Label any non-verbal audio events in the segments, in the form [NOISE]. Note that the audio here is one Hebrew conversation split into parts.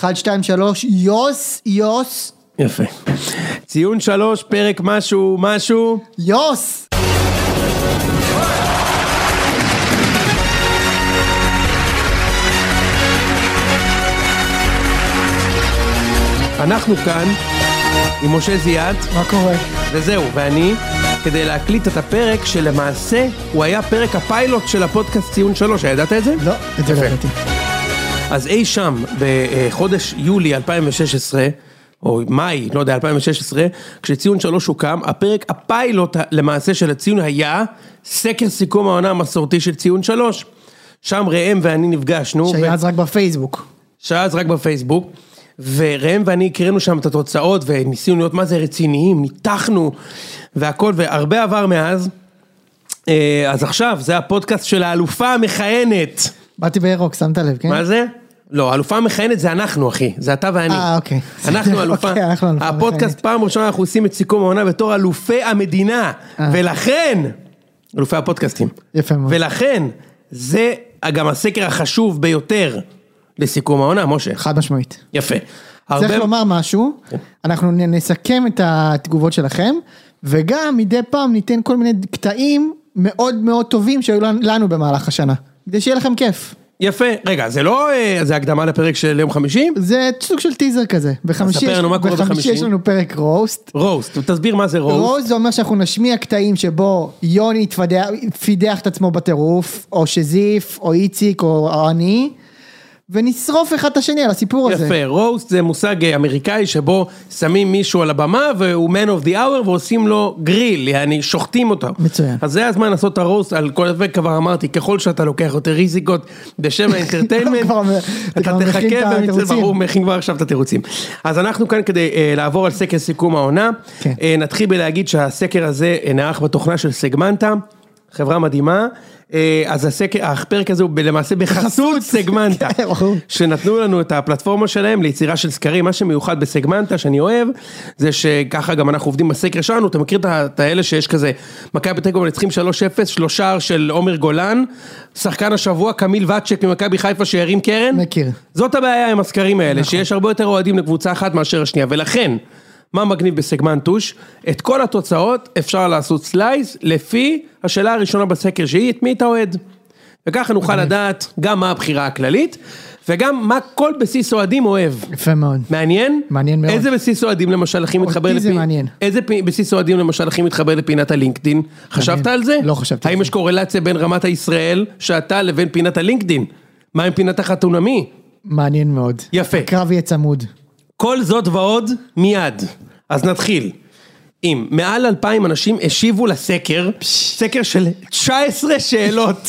1, 2, 3, יוס, יוס, יפה. ציון שלוש, פרק משהו, משהו. יוס! אנחנו כאן עם משה זיאת, מה קורה? וזהו, ואני, כדי להקליט את הפרק שלמעשה הוא היה פרק הפיילוט של הפודקאסט ציון שלוש, הידעת את זה? לא, את זה לא יפה. ידעתי. אז אי שם בחודש יולי 2016, או מאי, לא יודע, 2016, כשציון שלוש הוקם, הפרק הפיילוט ה- למעשה של הציון היה סקר סיכום העונה המסורתי של ציון שלוש. שם ראם ואני נפגשנו. ו- שהיה אז רק בפייסבוק. שהיה אז רק בפייסבוק, וראם ואני הקראנו שם את התוצאות, וניסינו להיות מה זה רציניים, ניתחנו, והכל, והרבה עבר מאז. אה, אז עכשיו, זה הפודקאסט של האלופה המכהנת. באתי בירוק, שמת לב, כן? מה זה? לא, האלופה המכהנת זה אנחנו, אחי. זה אתה ואני. אה, אוקיי. [LAUGHS] אנחנו אלופה. אוקיי, אנחנו אלופה הפודקאסט, מכהנת. פעם ראשונה אנחנו עושים את סיכום העונה בתור אלופי המדינה. אה. ולכן, אלופי הפודקאסטים. יפה מאוד. ולכן, זה גם הסקר החשוב ביותר לסיכום העונה, משה. חד משמעית. יפה. צריך הרבה- אוקיי. לומר משהו, אנחנו נ- נסכם את התגובות שלכם, וגם מדי פעם ניתן כל מיני קטעים מאוד מאוד טובים שהיו לנו- לנו במהלך השנה. כדי שיהיה לכם כיף. יפה. רגע, זה לא... אה, זה הקדמה לפרק של יום חמישי? זה סוג של טיזר כזה. בחמישי ספר יש- לנו מה קורה בחמישי. יש לנו פרק רוסט. רוסט, תסביר מה זה רוסט. רוז זה אומר שאנחנו נשמיע קטעים שבו יוני התפדח- פידח את עצמו בטירוף, או שזיף, או איציק, או או אני, ונשרוף אחד את השני על הסיפור הזה. יפה, רוסט זה מושג אה, אמריקאי שבו שמים מישהו על הבמה והוא man of the hour ועושים לו גריל, יעני שוחטים אותו. מצוין. אז זה הזמן לעשות את הרוסט על כל וכבר אמרתי, ככל שאתה לוקח יותר ריזיקות בשם [LAUGHS] האינטרטיימנט, כבר אומר- אתה אתה כבר מכין את תחכה במצב, התירוצים. ברור, מכין כבר עכשיו את התירוצים. אז אנחנו כאן כדי אה, לעבור על סקר סיכום העונה. כן. אה, נתחיל בלהגיד שהסקר הזה אה, נערך בתוכנה של סגמנטה. חברה מדהימה, אה, אז הסקר, הפרק הזה הוא ב- למעשה בחסות סגמנטה, [LAUGHS] ברור. כן, שנתנו לנו את הפלטפורמה שלהם ליצירה של סקרים, מה שמיוחד בסגמנטה שאני אוהב, זה שככה גם אנחנו עובדים בסקר שלנו, אתה מכיר את ה- את האלה שיש כזה, מכבי תיקו מנצחים 3-0, שלושה של עומר גולן, שחקן השבוע קמיל ואצ'ק ממכבי חיפה שהרים קרן? מכיר. כן? זאת הבעיה עם הסקרים האלה, נכון. שיש הרבה יותר אוהדים לקבוצה אחת מאשר השנייה, ולכן, מה מגניב בסגמנט טוש? את כל התוצאות אפשר לעשות סלייס לפי השאלה הראשונה בסקר שהיא, את מי אתה אוהד? וככה נוכל לדעת גם מה הבחירה הכללית, וגם מה כל בסיס אוהדים אוהב. יפה מאוד. מעניין? מעניין מאוד. איזה בסיס אוהדים למשל הכי מתחבר זה מעניין. איזה פ... בסיס אוהדים למשל הכי מתחבר לפינת הלינקדין? חשבת על זה? לא חשבתי על האם זה. יש קורלציה בין רמת הישראל שאתה לבין פינת הלינקדין? מה עם פינת החתונמי? מעניין מאוד. יפה. הקרב יהיה צמוד. כל זאת ועוד מיד. אז נתחיל. אם מעל אלפיים אנשים השיבו לסקר, סקר של [LAUGHS] 19 שאלות.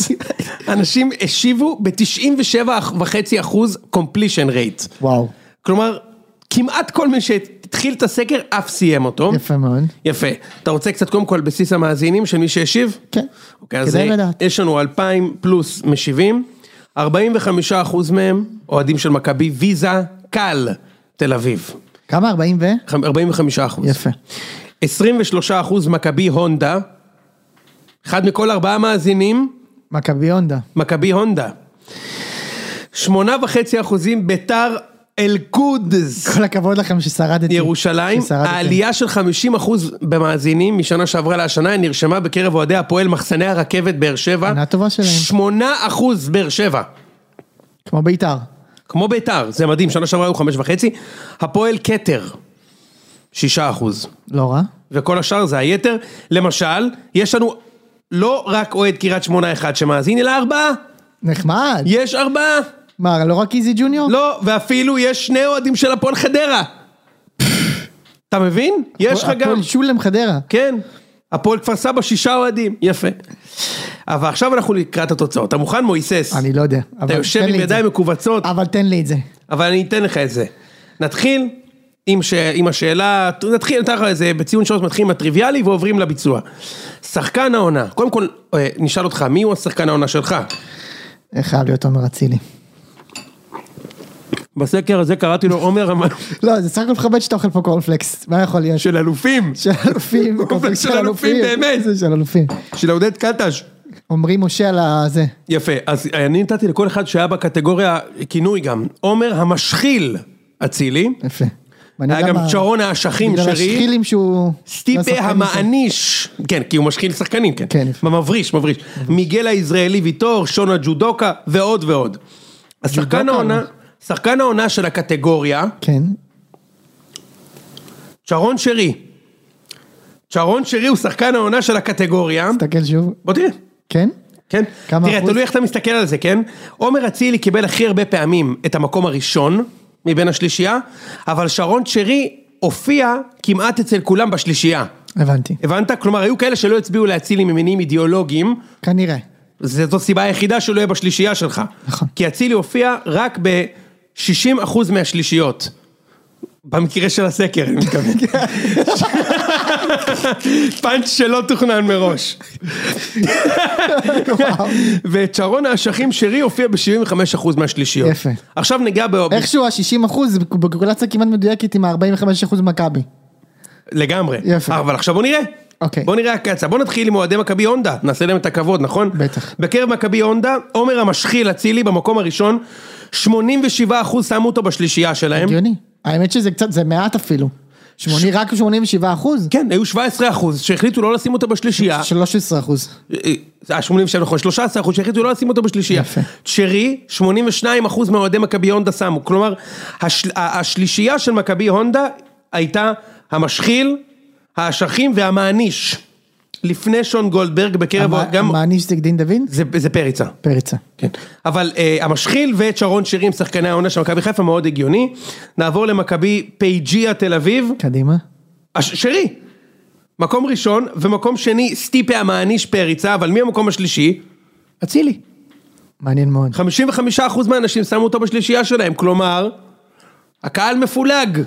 אנשים השיבו ב-97.5% completion rate. וואו. כלומר, כמעט כל מי שהתחיל את הסקר אף סיים אותו. יפה מאוד. יפה. אתה רוצה קצת קודם כל על בסיס המאזינים של מי שהשיב? כן. אוקיי, אז כדאי אה, לדעת. יש לנו 2,000 פלוס משיבים, 45 אחוז מהם אוהדים של מכבי ויזה קל תל אביב, כמה? 40 ו? 45 אחוז. יפה. 23 אחוז מכבי הונדה, אחד מכל ארבעה מאזינים, מכבי הונדה. מכבי הונדה. שמונה וחצי אחוזים ביתר אל-קודס. כל הכבוד לכם ששרדתי. ירושלים, ששרדתם. העלייה של 50% במאזינים משנה שעברה להשנה נרשמה בקרב אוהדי הפועל מחסני הרכבת באר שבע. עונה טובה שלהם. 8% באר שבע. כמו בית"ר. כמו ביתר, זה מדהים, שנה שעברה היו חמש וחצי. הפועל כתר, 6%. לא רע. וכל השאר זה היתר. למשל, יש לנו לא רק אוהד קריית שמונה אחד שמאזין, אלא ארבעה. נחמד. יש ארבעה. מה, לא רק איזי ג'וניור? לא, ואפילו יש שני אוהדים של הפועל חדרה. אתה מבין? יש לך גם. הפועל שולם חדרה. כן, הפועל כפר סבא שישה אוהדים, יפה. אבל עכשיו אנחנו לקראת התוצאות, אתה מוכן מויסס? אני לא יודע. אתה אבל יושב תן עם לי את זה. אה. ידיים מכווצות, אבל תן לי את זה. אבל אני אתן לך את זה. נתחיל עם, ש... עם השאלה, נתחיל, נתן לך איזה, בציון שלוש מתחילים עם הטריוויאלי ועוברים לביצוע. שחקן העונה, קודם כל אה, נשאל אותך, מי הוא השחקן העונה שלך? חייב להיות עומר אצילי. בסקר הזה קראתי לו עומר המ- לא, זה סך הכל מכבד שאתה אוכל פה קורנפלקס. מה יכול להיות? [LAUGHS] של אלופים, של אלופים. קורנפלקס של אלופים, באמת. זה של אלופים. של עודד קטש. אומרים משה על הזה. יפה, אז אני נתתי לכל אחד שהיה בקטגוריה כינוי גם, עומר המשחיל. אצילי, יפה. היה גם שרון האשכים בגלל שרי, השחילים שהוא... סטיפה לא שחקן ישראל. המעניש, כן, כי הוא משחיל שחקנים, כן, כן. מבריש, מבריש, מיגל הישראלי ויטור, שון הג'ודוקה ועוד ועוד. השחקן ג'ודוקה? העונה, שחקן העונה של הקטגוריה, כן. שרון שרי. שרון שרי הוא שחקן העונה של הקטגוריה, תסתכל שוב. בוא תראה. כן? כן? כמה תראה, אחוז? תלוי איך אתה מסתכל על זה, כן? עומר אצילי קיבל הכי הרבה פעמים את המקום הראשון מבין השלישייה, אבל שרון שרי הופיע כמעט אצל כולם בשלישייה. הבנתי. הבנת? כלומר, היו כאלה שלא הצביעו לאצילי ממניעים אידיאולוגיים, [LAUGHS] כנראה. זה- זו סיבה היחידה שהוא לא יהיה בשלישייה שלך. נכון. כי אצילי הופיע רק ב-60% מהשלישיות. במקרה של הסקר, אני מתכוון. [LAUGHS] פאנץ' שלא תוכנן מראש. [LAUGHS] ואת שרון האשכים שרי הופיע ב-75% מהשלישיות. יפה. עכשיו ניגע ב... איכשהו ה-60 אחוז זה בקורלציה כמעט מדויקת עם ה-45 אחוז מכבי. לגמרי. אה, יפה. אבל עכשיו בוא נראה. אוקיי. בוא נראה הקצה. בוא נתחיל עם אוהדי מכבי הונדה. נעשה להם את הכבוד, נכון? בטח. בקרב מכבי הונדה, עומר המשחיל אצילי במקום הראשון, 87% שמו אותו בשלישייה שלהם. הגיוני. האמת שזה קצת, זה מעט אפילו. 80, רק 87 אחוז? כן, היו 17% שהחליטו לא לשים אותו בשלישייה. 13 אחוז. אה, 87 נכון, 13 אחוז שהחליטו לא לשים אותו בשלישייה. יפה. שרי, 82 אחוז מאוהדי מכבי הונדה שמו. כלומר, השל, ה- השלישייה של מכבי הונדה הייתה המשחיל, האשכים והמעניש. לפני שון גולדברג בקרב, ה- גם, מעניש זה דין דוד? זה, זה פריצה. פריצה. כן. אבל אה, המשחיל ואת שרון שירי עם שחקני העונה של מכבי חיפה מאוד הגיוני. נעבור למכבי פייג'יה תל אביב. קדימה. הש- שרי. מקום ראשון ומקום שני סטיפה המעניש פריצה, אבל מי המקום השלישי? אצילי. מעניין מאוד. 55% מהאנשים שמו אותו בשלישייה שלהם, כלומר, הקהל מפולג.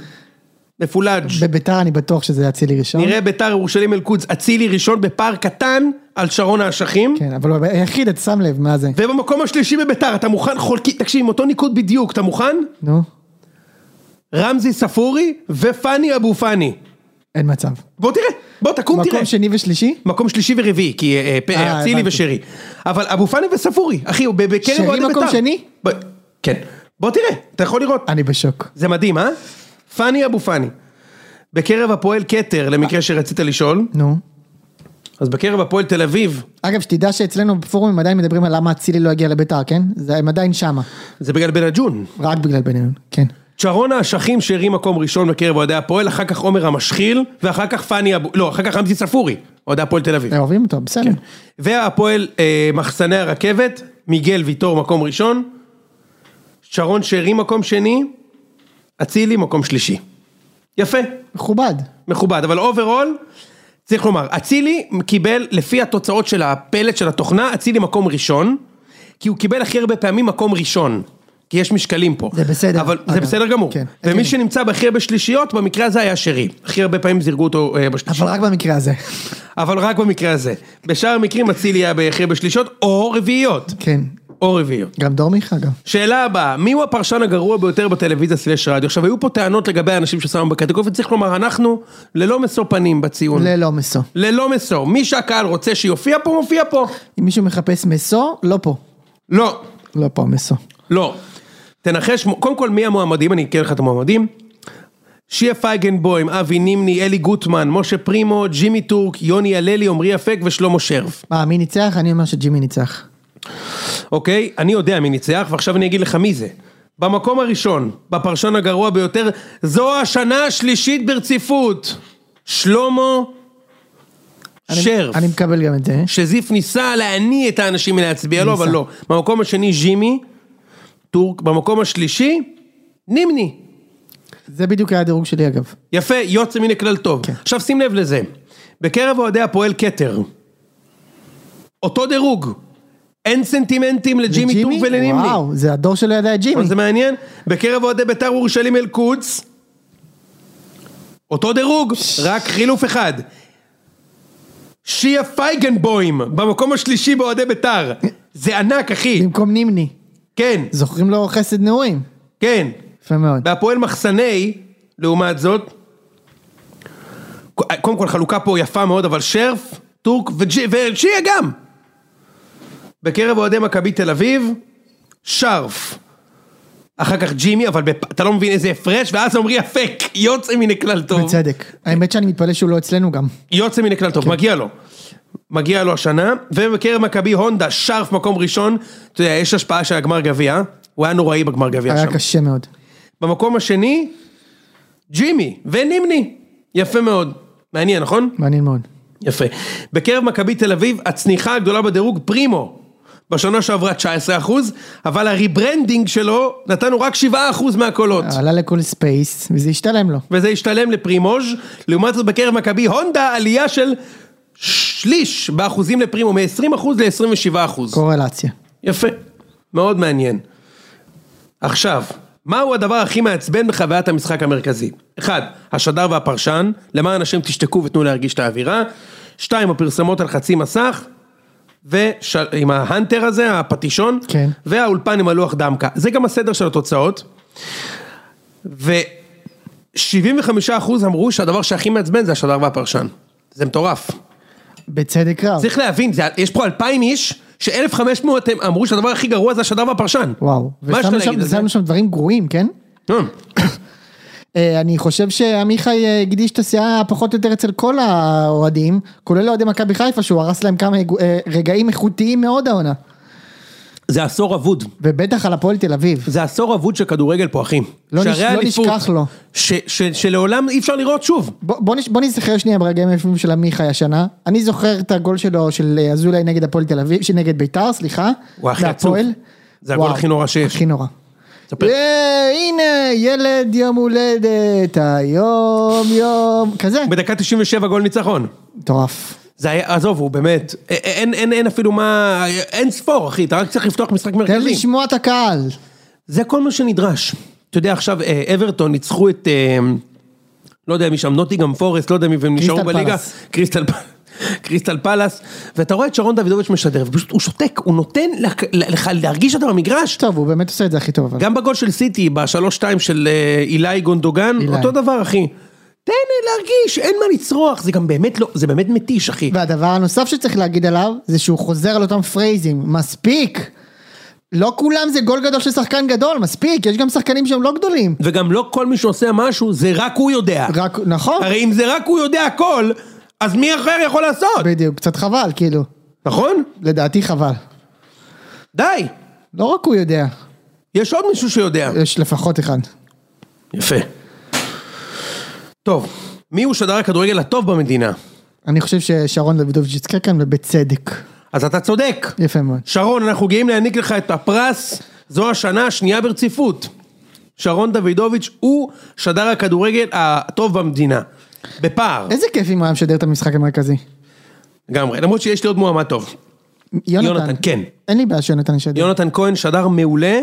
מפולג'. בביתר אני בטוח שזה אצילי ראשון. נראה ביתר ירושלים אל-קודס, אצילי ראשון בפער קטן על שרון האשכים. כן, אבל הוא היחיד, אתה שם לב, מה זה? ובמקום השלישי בביתר, אתה מוכן חולקי, תקשיב, עם אותו ניקוד בדיוק, אתה מוכן? נו, רמזי ספורי ופאני אבו פאני. אין מצב. בוא תראה, בוא תקום תראה. מקום שני ושלישי? מקום שלישי ורביעי, כי אה, פ- אה, אצילי הבנתי. ושרי. אבל אבו פאני וספורי, אחי, הוא ב- בקרב שרי אוהדי בית"ר. מקום שני? ב- כן. בוא תראה, אתה יכול לראות. אני בשוק. זה מדהים, אה? פאני אבו פאני. בקרב הפועל כתר, למקרה שרצית לשאול, נו. אז בקרב הפועל תל אביב, אגב, שתדע שאצלנו בפורומים עדיין מדברים על למה אצילי לא הגיע לביתר, כן? זה הם עדיין שמה. זה בגלל בן הג'ון. רק בגלל בניון, כן. שרון האשכים שהרים מקום ראשון בקרב אוהדי הפועל, אחר כך עומר המשחיל, ואחר כך פאני אבו... לא, אחר כך חמזי ספורי, אוהדי הפועל תל אביב. הם אוהבים אותו, בסדר. והפועל אה, מחסני הרכבת, מיגל ויטור מקום ראשון, שרון שרי מקום שני, אצילי מקום שלישי. יפה, מכובד. מכובד, אבל אוברול, צריך לומר, אצילי קיבל, לפי התוצאות של הפלט של התוכנה, אצילי מקום ראשון, כי הוא קיבל הכי הרבה פעמים מקום ראשון. כי יש משקלים פה. זה בסדר, אבל זה אגב. בסדר גמור. כן, ומי הגיוני. שנמצא בהכי הרבה שלישיות, במקרה הזה היה שרי. הכי הרבה פעמים זירגו אותו אה, בשלישיות. אבל רק במקרה הזה. אבל רק במקרה הזה. בשאר המקרים אצילי היה בהכרח בשלישות או רביעיות. [LAUGHS] כן. או רביעיות. גם דורמיך, אגב. שאלה הבאה, מי הוא הפרשן הגרוע ביותר בטלוויזיה סלש רדיו? עכשיו, היו פה טענות לגבי האנשים ששמו בקטגוריה, וצריך לומר, אנחנו ללא משוא פנים בציון. ללא מסו. ללא משוא. מי שהקהל רוצה שיופיע פה, מופיע פה. אם מישהו מחפש מסו, לא פה. לא. לא פה מסו. לא. תנחש, קודם כל מי המועמדים, אני אקריא לך את המועמדים. שיה פייגנבוים, אבי נימני, אלי גוטמן, משה פרימו, ג'ימי טורק, יוני הללי, עמרי אפק ושלמה שרף. מה, מי ניצח? אני אומר שג'ימי ניצח. אוקיי? אני יודע מי ניצח, ועכשיו אני אגיד לך מי זה. במקום הראשון, בפרשן הגרוע ביותר, זו השנה השלישית ברציפות. שלמה שרף. אני מקבל גם את זה. שזיף ניסה להניע את האנשים מלהצביע לו, אבל ניסה. לא. במקום השני, ז'ימי, טורק. במקום השלישי, נימני. זה בדיוק היה הדירוג שלי, אגב. יפה, יוצא מן הכלל טוב. כן. עכשיו שים לב לזה. בקרב אוהדי הפועל כתר, אותו דירוג. אין סנטימנטים לג'ימי טורק ולנימני. וואו, זה הדור שלא ידע את ג'ימי. אבל זה מעניין, בקרב אוהדי בית"ר ירושלים אל-קודס, אותו דירוג, רק חילוף אחד. שיה פייגנבוים, במקום השלישי באוהדי בית"ר. זה ענק, אחי. במקום נימני. כן, זוכרים לו חסד נעורים. כן. יפה מאוד. בהפועל מחסני, לעומת זאת, קודם כל חלוקה פה יפה מאוד, אבל שרף, טורק וג'י- ושיה גם. בקרב אוהדי מכבי תל אביב, שרף, אחר כך ג'ימי, אבל בפ- אתה לא מבין איזה הפרש, ואז אומרי אפק, יוצא מן הכלל טוב. בצדק. האמת שאני מתפלא שהוא לא אצלנו גם. יוצא מן הכלל טוב, מגיע לו. מגיע לו השנה, ובקרב מכבי הונדה, שרף מקום ראשון, אתה יודע, יש השפעה של הגמר גביע, הוא היה נוראי בגמר גביע היה שם. קשה מאוד. במקום השני, ג'ימי ונימני, יפה מאוד. מעניין, נכון? מעניין מאוד. יפה. בקרב מכבי תל אביב, הצניחה הגדולה בדירוג פרימו. בשנה שעברה 19%, אבל הריברנדינג שלו נתנו רק 7% מהקולות. עלה לכל ספייס, וזה השתלם לו. וזה השתלם לפרימוז'. לעומת זאת בקרב מכבי הונדה, עלייה של שליש באחוזים לפרימו, מ-20% ל-27%. קורלציה. יפה. מאוד מעניין. עכשיו, מהו הדבר הכי מעצבן בחוויית המשחק המרכזי? אחד, השדר והפרשן, למען השם תשתקו ותנו להרגיש את האווירה. שתיים, הפרסמות על חצי מסך. ועם ההנטר הזה, הפטישון, כן. והאולפן עם הלוח דמקה. זה גם הסדר של התוצאות. ו-75% אמרו שהדבר שהכי מעצבן זה השדר והפרשן. זה מטורף. בצדק רב. צריך להבין, זה, יש פה 2,000 איש, ש-1,500 הם אמרו שהדבר הכי גרוע זה השדר והפרשן. וואו. מה יש לך ושמנו להגיד שם- על זה? שמנו שם דברים גרועים, כן? אה, אה, אני חושב שעמיחי אה, הקדיש את הסאה פחות או יותר אצל כל האוהדים, כולל אוהדי מכבי חיפה, שהוא הרס להם כמה הגו- אה, רגעים איכותיים מאוד העונה. זה עשור אבוד. ובטח על הפועל תל אביב. זה עשור אבוד של כדורגל פה, אחי. לא שערי נש- לא האליפות, נשכח לו. ש- ש- שלעולם אי אפשר לראות שוב. בוא, בוא, נש- בוא נזכר שנייה ברגעים היפים של עמיחי השנה. אני זוכר את הגול שלו, של אה, אזולאי נגד הפועל תל אביב, שנגד ביתר, סליחה. הוא הכי והפועל. עצוב. זה הגול וואו, הכי נורא שיש. הכי נורא. תספר. אה, הנה, ילד יום הולדת, היום יום, כזה. בדקה 97 גול ניצחון. מטורף. זה היה, עזוב, הוא באמת, א- א- אין, אין, אין אפילו מה, אין ספור, אחי, אתה רק צריך לפתוח משחק תן לי מרכזי. לשמוע את הקהל. זה כל מה שנדרש. אתה יודע, עכשיו, אה, אברטון ניצחו את, אה, לא יודע מי שם, נוטיגם פורסט, לא יודע מי, והם נשארו קריסטל בליגה. פלאס. קריסטל פ- קריסטל פלאס. ואתה רואה את שרון דוידוביץ' משדר, ופשוט הוא שותק, הוא נותן לך- לך להרגיש אותו במגרש. טוב, הוא באמת עושה את זה הכי טוב, אבל. גם בגול של סיטי, בשלוש-שתיים של אה, אילי גונדוגן, אילי. אותו דבר, אחי. תן לי להרגיש, אין מה לצרוח, זה גם באמת לא, זה באמת מתיש, אחי. והדבר הנוסף שצריך להגיד עליו, זה שהוא חוזר על אותם פרייזים, מספיק. לא כולם זה גול גדול של שחקן גדול, מספיק, יש גם שחקנים שהם לא גדולים. וגם לא כל מי שעושה משהו, זה רק הוא יודע. רק, נכון, הרי אם זה רק הוא יודע הכל, אז מי אחר יכול לעשות? בדיוק, קצת חבל, כאילו. נכון? לדעתי חבל. די. לא רק הוא יודע, יש עוד מישהו שיודע. יש לפחות אחד. יפה. טוב, מי הוא שדר הכדורגל הטוב במדינה? אני חושב ששרון דוידוביץ' יזכה כאן, ובצדק. אז אתה צודק. יפה מאוד. שרון, אנחנו גאים להעניק לך את הפרס, זו השנה השנייה ברציפות. שרון דוידוביץ' הוא שדר הכדורגל הטוב במדינה. בפער. איזה כיף אם הוא היה משדר את המשחק המרכזי. לגמרי. למרות שיש לי עוד מועמד טוב. יונתן, כן. אין לי בעיה שיונתן ישדר. יונתן כהן שדר מעולה,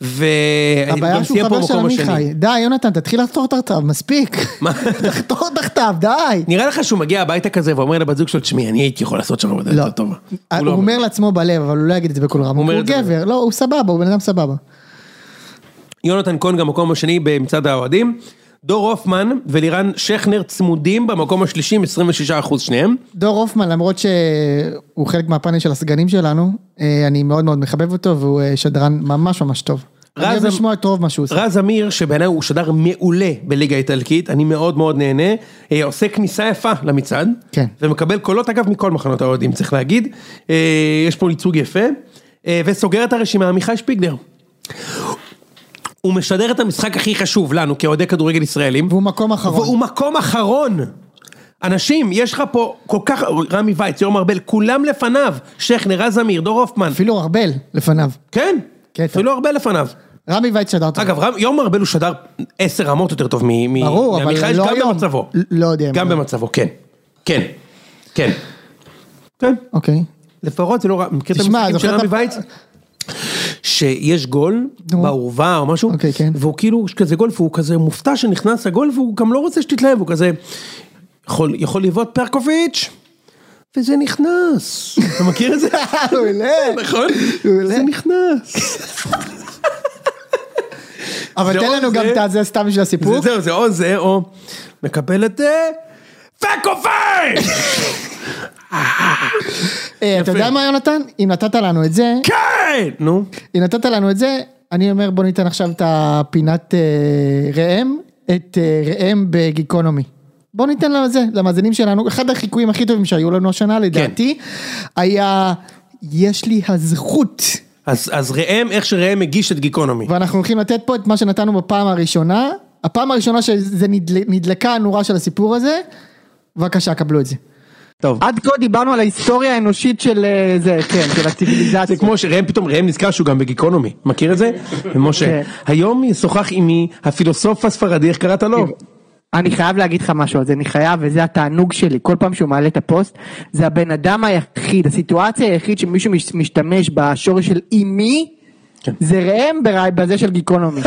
ואני הבעיה גם שהוא סיים לא פה חבר של במקום השני. עמיחי. די, יונתן, תתחיל לחתור תחתיו, מספיק. מה? [LAUGHS] תחתור תחתיו, די. נראה לך שהוא מגיע הביתה כזה ואומר לבת זוג שלו, תשמעי, אני הייתי יכול לעשות שם עבודה לא. יותר טובה. הוא לא אומר לעצמו בלב, אבל הוא לא יגיד את זה בקול רם. אומר הוא את זה גבר, לא, הוא סבבה, הוא בן אדם סבבה. יונתן כהן גם מקום השני במצעד האוהדים. דור הופמן ולירן שכנר צמודים במקום השלישי עם 26% שניהם. דור הופמן, למרות שהוא חלק מהפאנל של הסגנים שלנו, אה, אני מאוד מאוד מחבב אותו, והוא אה, שדרן ממש ממש טוב. אני אוהב רז- אמ- לשמוע את רוב מה שהוא עושה. רז אמיר, שבעיניי הוא שדר מעולה בליגה האיטלקית, אני מאוד מאוד נהנה, אה, עושה כניסה יפה למצעד. כן. ומקבל קולות אגב מכל מחנות האוהדים, צריך להגיד. אה, יש פה ייצוג יפה. אה, וסוגר את הרשימה עמיחי שפיגלר. הוא משדר את המשחק הכי חשוב לנו כאוהדי כדורגל ישראלים. והוא מקום אחרון. והוא מקום אחרון. אנשים, יש לך פה כל כך, רמי וייץ, יורם ארבל, כולם לפניו, שכנר, רז אמיר, דור הופמן, אפילו ארבל לפניו. כן, קטע. אפילו הרבה לפניו. רמי וייץ שדר טוב. אגב, רם- יורם ארבל הוא שדר עשר רמות יותר טוב מ- מ- ברור, אבל מעמיחי, לא גם היום. במצבו. ל- לא יודע. גם אם- במצבו, כן. כן. כן. כן. [LAUGHS] אוקיי. לפחות זה לא רע. מכיר את תשמע, המשחקים של זוכר את רמי ה- וייץ? שיש גול נו. בעורבה או משהו, אוקיי, כן. והוא כאילו, יש כזה גול, והוא כזה מופתע שנכנס לגול, והוא גם לא רוצה שתתלהב, הוא כזה, יכול, יכול לבעוט פרקוביץ', וזה נכנס. אתה מכיר את זה? מעולה. [LAUGHS] נכון? מעולה. זה נכנס. אבל זה תן או לנו גם זה- את הזה סתם בשביל הסיפור. זה- זהו, זה או זה, או מקבל את זה, פרקוביץ'! [LAUGHS] אה, אתה יפה. אה, יודע מה יונתן? אם נתת לנו את זה, כן! נו, אם נתת לנו את זה, אני אומר בוא ניתן עכשיו את הפינת אה, ראם, את אה, ראם בגיקונומי. בוא ניתן לזה, למאזינים שלנו, אחד החיקויים הכי טובים שהיו לנו השנה לדעתי, כן. היה יש לי הזכות, אז, אז ראם, איך שראם הגיש את גיקונומי. ואנחנו הולכים לתת פה את מה שנתנו בפעם הראשונה, הפעם הראשונה שזה נדל- נדלקה הנורה של הסיפור הזה, בבקשה קבלו את זה. טוב. עד כה דיברנו על ההיסטוריה האנושית של אה, זה, כן, של זה הציוויליזציה. כמו שראם פתאום, ראם נזכר שהוא גם בגיקונומי, מכיר את [LAUGHS] זה? משה, כן. היום שוחח עימי הפילוסוף הספרדי, איך קראת לו? אה, אני חייב להגיד לך משהו על זה, אני חייב, וזה התענוג שלי, כל פעם שהוא מעלה את הפוסט, זה הבן אדם היחיד, הסיטואציה היחיד שמישהו מש- משתמש בשורש של אימי, כן. זה ראם ברי- בזה של [LAUGHS] גיקונומי.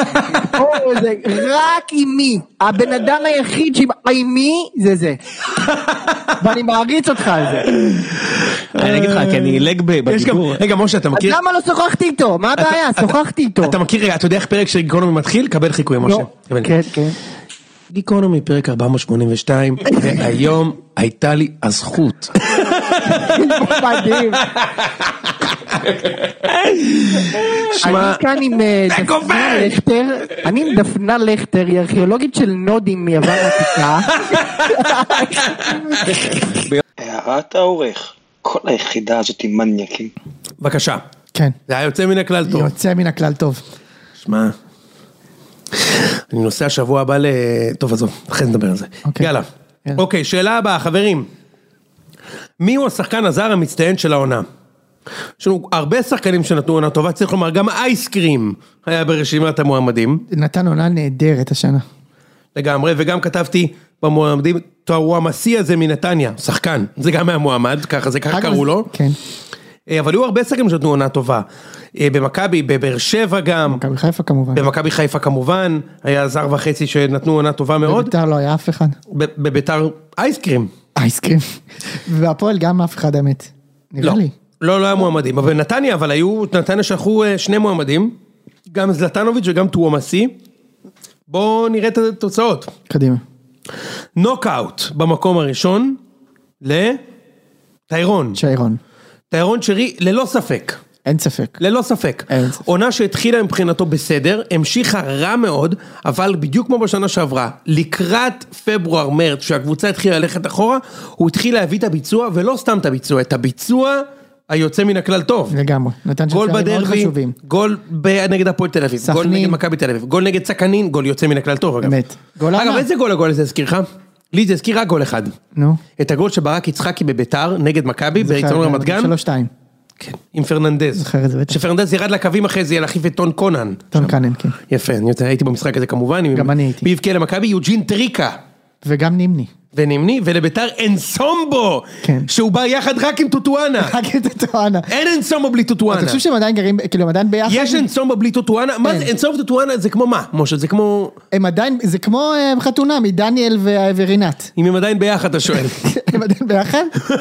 או, זה רק אימי, הבן אדם היחיד שאימי זה זה. ואני מעריץ אותך על זה. אני אגיד לך, כי אני עילג ב- יש גם, בדיבור. רגע משה, אתה אז מכיר? למה לא שוחחתי איתו? מה הבעיה? שוחחתי איתו. אוקיי. אתה מכיר, רגע, אתה יודע איך פרק של גיקונומי מתחיל? קבל חיקוי, משה. לא. אבל- כן, [LAUGHS] כן. גיקונומי פרק [LAUGHS] 482, והיום הייתה לי הזכות. מדהים. שמע, אני כאן עם אה, זה דפנה גובל! לכטר, אני עם דפנה לכטר, היא ארכיאולוגית של נודים מעבר [LAUGHS] העתיקה. הערת העורך, כל היחידה הזאת היא מניאקים. בבקשה. כן, זה היה יוצא מן הכלל טוב. יוצא מן הכלל טוב. שמע, אני נוסע שבוע הבא ל... טוב, עזוב, אחרי זה נדבר על זה. אוקיי. יאללה. יאללה. אוקיי, שאלה הבאה, חברים. מי הוא השחקן הזר המצטיין של העונה? יש לנו הרבה שחקנים שנתנו עונה טובה, צריך לומר, גם אייסקרים היה ברשימת המועמדים, נתן עונה נהדרת השנה. לגמרי, וגם כתבתי במועמדים, טוואמסי הזה מנתניה, שחקן, זה גם היה מועמד, ככה זה, ככה אגב, קראו לו. כן, אה, אבל היו הרבה שחקנים שנתנו עונה טובה. אה, במכבי, בבאר שבע גם, מכבי חיפה כמובן. במכבי חיפה כמובן, היה זר וחצי שנתנו עונה טובה מאוד, בביתר לא היה אף אחד. ב- בביתר אייסקרים. אייסקרים. ובהפועל גם אף אחד האמת. לא, נראה לי. לא, לא היה מועמדים, אבל נתניה, אבל היו, נתניה שלחו אה, שני מועמדים, גם זלטנוביץ' וגם טוואמסי. בואו נראה את התוצאות. קדימה. נוקאוט במקום הראשון לטיירון. שיירון. טיירון שרי ללא ספק. אין ספק. ללא ספק. אין ספק. עונה שהתחילה מבחינתו בסדר, המשיכה רע מאוד, אבל בדיוק כמו בשנה שעברה, לקראת פברואר-מרץ, שהקבוצה התחילה ללכת אחורה, הוא התחיל להביא את הביצוע, ולא סתם את הביצוע, את הביצוע היוצא מן הכלל טוב. לגמרי. נתן שם גול שערים מאוד בדרבי, חשובים. גול ב- נגד הפועל תל אביב, גול סכנין. נגד מכבי תל אביב, גול נגד סכנין, גול יוצא מן הכלל טוב אגב. אמת. גול אגב, העונה. איזה גול הגול הזה הזכיר לך? לי זה הזכיר רק גול אחד. נו. את הגול שברק יצחקי בביתר נגד מכבי, ביתרון רמת גן, שלוש שתיים. כן, עם פרננדז. זוכר את זה בטח. שפרננדז ירד לקווים אחרי זה, להחליף את טון קונן. טון קאנן, כן. יפה, אני יודע, הייתי במשחק הזה כמובן. עם- גם אני הייתי. מי הבקיע למכבי? יוג'ין טריקה. וגם נימני. [LAUGHS] ונמני, ולביתר אנסומבו, כן. שהוא בא יחד רק עם [LAUGHS] טוטואנה. רק את הטוענה. אין אנסומבו בלי אתה טוטואנה. חושב שהם עדיין גרים, כאילו הם עדיין ביחד? יש אנסומבו בלי טוטואנה? מה אין. זה אנסומבו טוטואנה זה כמו מה? משה, זה כמו... הם עדיין, זה כמו אה, חתונה מדניאל ו- [LAUGHS] ורינת. אם הם עדיין ביחד, אתה שואל. הם עדיין ביחד? [LAUGHS]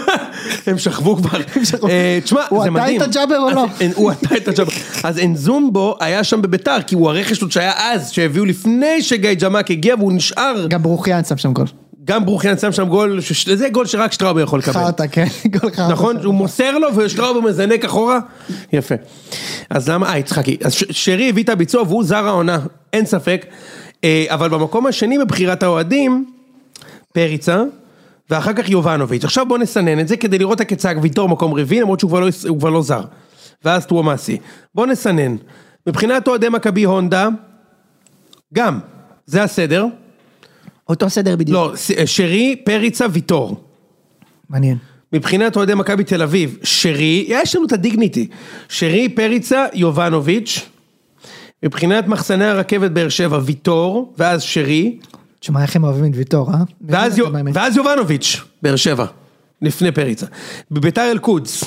הם שכבו כבר. שכבו. אה, תשמע, הוא עטה זה מדהים. את הג'אבר או לא? אז אין- הוא עטה את הג'אבר. אז אנזומבו היה שם בביתר, כי הוא הרכש עוד שהיה אז, שהביאו לפני שגיא ג'מאק הגיע, והוא נשאר. גם ברוכיאן שם שם גול. גם ברוכיאן שם שם גול, ש- זה גול שרק שטראובר יכול לקבל. חרטא, כן. גול חרטא. נכון? הוא מוסר לו ושטראובר מזנק אחורה? יפה. אז למה, אה, יצחקי. אז ש- שרי הביא את הביצוע והוא זר העונה, אין ספק. אה, אבל במקום השני בבחירת האוהדים, פריצה, ואחר כך יובנוביץ'. עכשיו בוא נסנן את זה כדי לראות הכיצג ויטור מקום רביעי, למרות שהוא כבר לא, הוא כבר לא זר. ואז טוואמאסי. בוא נסנן. מבחינת אוהדי מכבי הונדה, גם, זה הסדר. אותו סדר בדיוק. לא, ש- שרי, פריצה, ויטור. מעניין. מבחינת אוהדי מכבי תל אביב, שרי, יש לנו את הדיגניטי, שרי, פריצה, יובנוביץ', מבחינת מחסני הרכבת באר שבע, ויטור, ואז שרי, תשמע איך הם אוהבים את ויטור, אה? ואז, יו, באמת, באמת. ואז יובנוביץ', באר שבע, לפני פריצה. בביתר אל-קודס,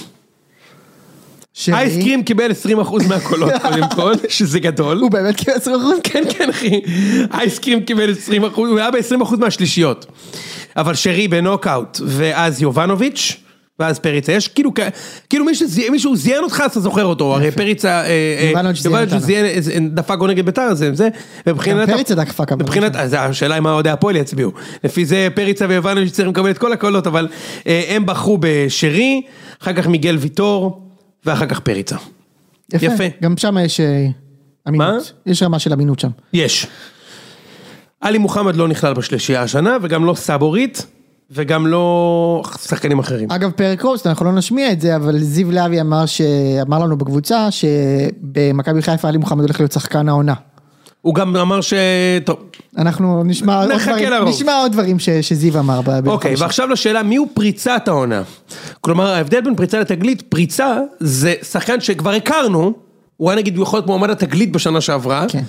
שרי- אייסקרים קיבל 20% [LAUGHS] מהקולות קודם כל, שזה גדול. הוא באמת כאילו עשרה אחוז? כן, כן, אחי, אייסקרים קיבל 20 אחוז, הוא היה ב-20 אחוז מהשלישיות. אבל שרי בנוקאוט, ואז יובנוביץ', ואז פריצה. יש כאילו, כ- כאילו מישהו, זי- מישהו זיין אותך, אז אתה זוכר אותו, הרי פריצה, אה, אה, יובנוביץ' זיין יובנוביץ' אותנו. זיין, אה, דפק גול נגד ביתר, זה, זה, ומבחינת... גם פריצה דקפה כמה מבחינת, אז השאלה היא מה אוהדי הפועל יצביעו. לפי זה פריצה ויובנוביץ' צריכים לקבל את כל הקולות, אבל אה, הם בחרו בשרי, אחר כך מיגל ויטור, ואחר כך פריצה. יפה. גם שם יש... אה, אמינות. יש רמה של אמינות שם. יש. עלי מוחמד לא נכלל בשלישייה השנה, וגם לא סבורית, וגם לא שחקנים אחרים. אגב, פרק רוסט, אנחנו לא נשמיע את זה, אבל זיו לוי אמר, ש... אמר לנו בקבוצה שבמכבי חיפה עלי מוחמד הולך להיות שחקן העונה. הוא גם אמר ש... טוב, אנחנו נשמע עוד נחכה דברים, לרוב. נשמע עוד דברים ש... שזיו אמר. ב- ביום אוקיי, חמישי. ועכשיו לשאלה מיהו פריצת העונה. כלומר, ההבדל בין פריצה לתגלית, פריצה זה שחקן שכבר הכרנו, הוא היה נגיד הוא יכול להיות מועמד לתגלית בשנה שעברה, כן.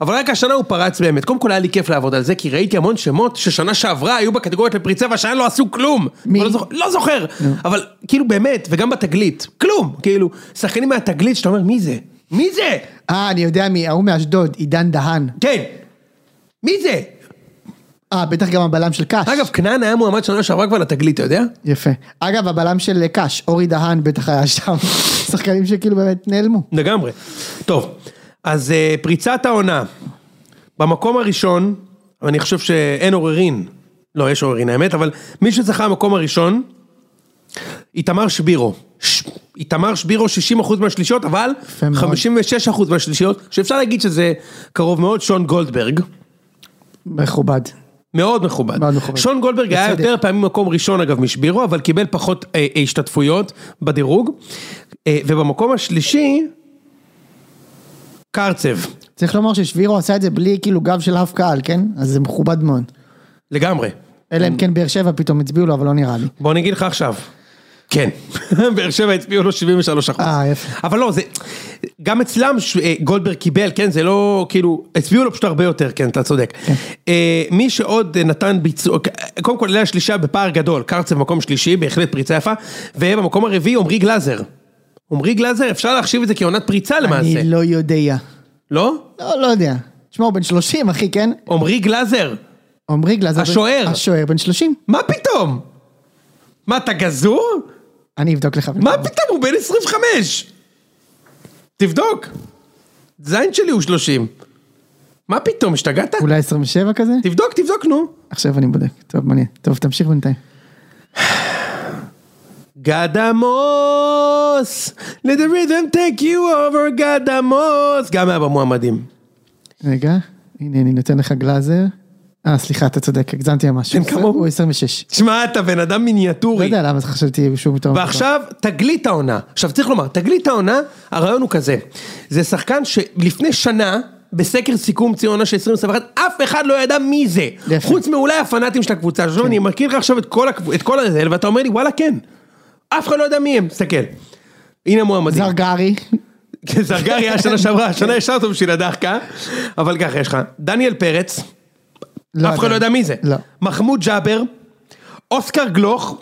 אבל רק השנה הוא פרץ באמת. קודם כל היה לי כיף לעבוד על זה, כי ראיתי המון שמות ששנה שעברה היו בקטגוריות לפריצה והשנה לא עשו כלום. מי? אבל לא זוכ- לא זוכר, אבל כאילו באמת, וגם בתגלית, כלום. כאילו, שחקנים מהתגלית שאתה אומר, מי זה? מי זה? אה, אני יודע מי, ההוא מאשדוד, עידן דהן. כן. מי זה? אה, בטח גם הבלם של קאש. אגב, כנען היה מועמד שנה שעברה כבר לתגלית, אתה יודע? יפה. אגב, הבלם של קאש, אורי דהן בטח היה שם. [LAUGHS] שחקנים שכאילו באמת נעלמו. לגמרי. טוב, אז אה, פריצת העונה. במקום הראשון, אני חושב שאין עוררין, לא, יש עוררין האמת, אבל מי שזכה במקום הראשון, איתמר שבירו. ש... איתמר שבירו 60% מהשלישיות, אבל יפה מאוד. 56% מהשלישיות, שאפשר להגיד שזה קרוב מאוד, שון גולדברג. מכובד. מאוד מכובד. מאוד מכובד. שון גולדברג היה בצדק. יותר פעמים מקום ראשון אגב משבירו, אבל קיבל פחות אה, אה, השתתפויות בדירוג. אה, ובמקום השלישי, קרצב, צריך לומר ששבירו עשה את זה בלי כאילו גב של אף קהל, כן? אז זה מכובד מאוד. לגמרי. אלא אם כן באר שבע פתאום הצביעו לו, אבל לא נראה לי. בוא אני אגיד לך עכשיו. כן, [LAUGHS] באר שבע הצביעו לו 73 אחוז. אה, יפה. אבל לא, זה, גם אצלם ש... אה, גולדברג קיבל, כן, זה לא, כאילו, הצביעו לו פשוט הרבה יותר, כן, אתה צודק. אה, מי שעוד אה, נתן ביצוע, אה, קודם כל, אלה השלישה בפער גדול, קרצב במקום שלישי, בהחלט פריצה יפה, ובמקום הרביעי עמרי גלאזר. עמרי גלאזר, אפשר להחשיב את זה כעונת פריצה למעשה, אני לא יודע. לא? לא, לא יודע. תשמע, הוא בן 30, אחי, כן? עמרי גלאזר, עמרי גלזר... השוער. השוער בן 30. מה פתאום? מה, אתה גזור? אני אבדוק לך. מה פתאום, הוא בן 25! תבדוק. זין שלי הוא 30. מה פתאום, השתגעת? אולי 27 כזה? תבדוק, תבדוק, נו. עכשיו אני בודק. טוב, מעניין. טוב, תמשיך בינתיים. גד עמוס! let the rhythm take you over, גד עמוס! גם היה במועמדים. רגע, הנה, אני נותן לך גלאזר. אה, סליחה, אתה צודק, הגזמתי ממש. אין כמוהו. הוא 26. תשמע, אתה בן אדם לא מיניאטורי. יודע למה חשבתי שהוא פתאום... ועכשיו, תגלית העונה. עכשיו, צריך לומר, תגלית העונה, הרעיון הוא כזה. זה שחקן שלפני שנה, בסקר סיכום ציונה של 2021, אף אחד לא ידע מי זה. יפה. כן. חוץ מאולי הפנאטים של הקבוצה. עכשיו, אני מכיר לך עכשיו את כל הקב- את כל הזה, ואתה אומר לי, וואלה, כן. אף אחד לא יודע מי הם, תסתכל. הנה המועמדים. זרגרי, כן, זרגרי היה שנה שעברה, כן. השנה יש אותו בשביל הדחקה. אבל ככה יש לך. דניאל פרץ, לא אף אחד לא יודע מי זה. לא. מחמוד ג'אבר, אוסקר גלוך,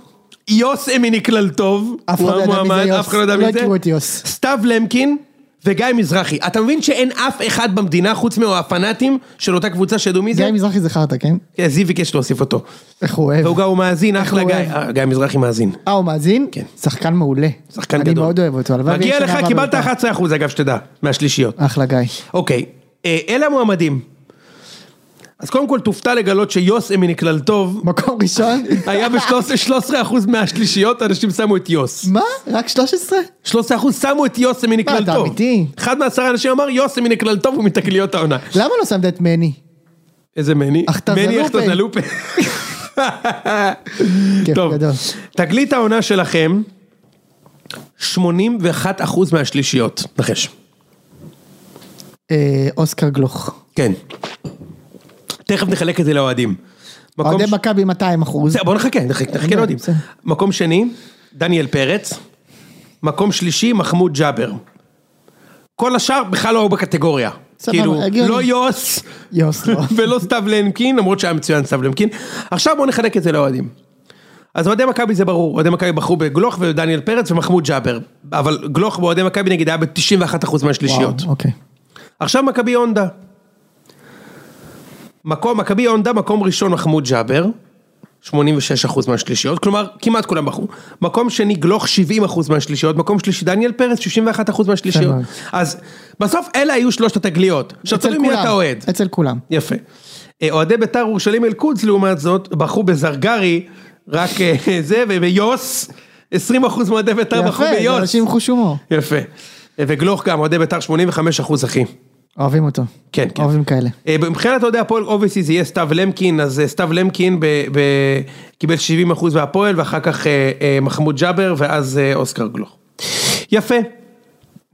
יוס אמיניקללטוב, אף אחד לא יודע מי זה יוס. אף אחד לא יודע לא מי זה, הכירו את יוס. סתיו למקין וגיא מזרחי. אתה מבין שאין אף אחד במדינה חוץ מהפנאטים של אותה קבוצה שידעו מי זה? גיא מזרחי זכרת, כן? כן, זיו ביקש להוסיף אותו. איך הוא אוהב. והוא גם הוא מאזין, איך אחלה הוא גיא. אוהב. אה, גיא מזרחי מאזין. אה, הוא מאזין? כן. שחקן מעולה. שחקן גדול. אני מאוד אוהב אותו. הלוואי ויהיה מגיע שנה לך, הבאה קיבלת בבית"ר. 11% אגב, שתדע, מהשלישיות. אחלה גיא. אוקיי, אה, אלה המועמדים. אז קודם כל תופתע לגלות שיוס אמיניקללטוב מקום [LAUGHS] ראשון? היה ב-13% מהשלישיות, אנשים שמו את יוס. מה? רק 13? 13% שמו את יוס מה, מנקלל אתה טוב. אמיתי? אחד מעשרה אנשים אמר יוס מנקלל טוב הוא מתקליות העונה. למה לא שמת את מני? איזה מני? אחטזלופה. מני אחטזלופה. כיף טוב, גדול. תגלית העונה שלכם, 81% מהשלישיות. נחש. אה, אוסקר גלוך. כן. תכף נחלק את זה לאוהדים. מקום אוהדי ש- מכבי 200 אחוז. בסדר, בוא נחכה, נחכה, נחכה לעודים. בסדר. מקום שני, דניאל פרץ. מקום שלישי, מחמוד ג'אבר. כל השאר בכלל לא היו בקטגוריה. סבבה, כאילו, הגיוני. לא יוס יוס [LAUGHS] לא. ולא סתיו לנקין, למרות שהיה מצוין סתיו לנקין. עכשיו בואו נחלק את זה לאוהדים. אז אוהדי מכבי זה ברור, אוהדי מכבי בחרו בגלוך ודניאל פרץ ומחמוד ג'אבר. אבל גלוך באוהדי מכבי נגיד היה ב-91% מהשלישיות. וואו, אוקיי. עכשיו מכבי הונדה. מקום, מכבי הונדה, מקום ראשון מחמוד ג'אבר, 86% מהשלישיות, כלומר כמעט כולם בחרו. מקום שני גלוך 70% מהשלישיות, מקום שלישי דניאל פרץ 61% מהשלישיות. מאוד. אז בסוף אלה היו שלושת התגליות. עכשיו אצל תלוי מי כולם, אתה אוהד. אצל כולם. יפה. אה, אוהדי בית"ר ירושלים אל-קודס לעומת זאת, בחרו בזרגרי, רק אה, [LAUGHS] זה, וביוס, 20% מאוהדי בית"ר בחרו יפה, זה ביוס. אנשים עם חוש הומור. יפה. אה, וגלוך גם, אוהדי בית"ר 85% אחי. אוהבים אותו. כן, כן. אוהבים כאלה. אה, מבחינת אוהדי הפועל, אובייסי זה יהיה סתיו למקין, אז אה, סתיו למקין ב, ב, קיבל 70 אחוז מהפועל, ואחר כך אה, אה, מחמוד ג'אבר, ואז אה, אוסקר גלוך. יפה.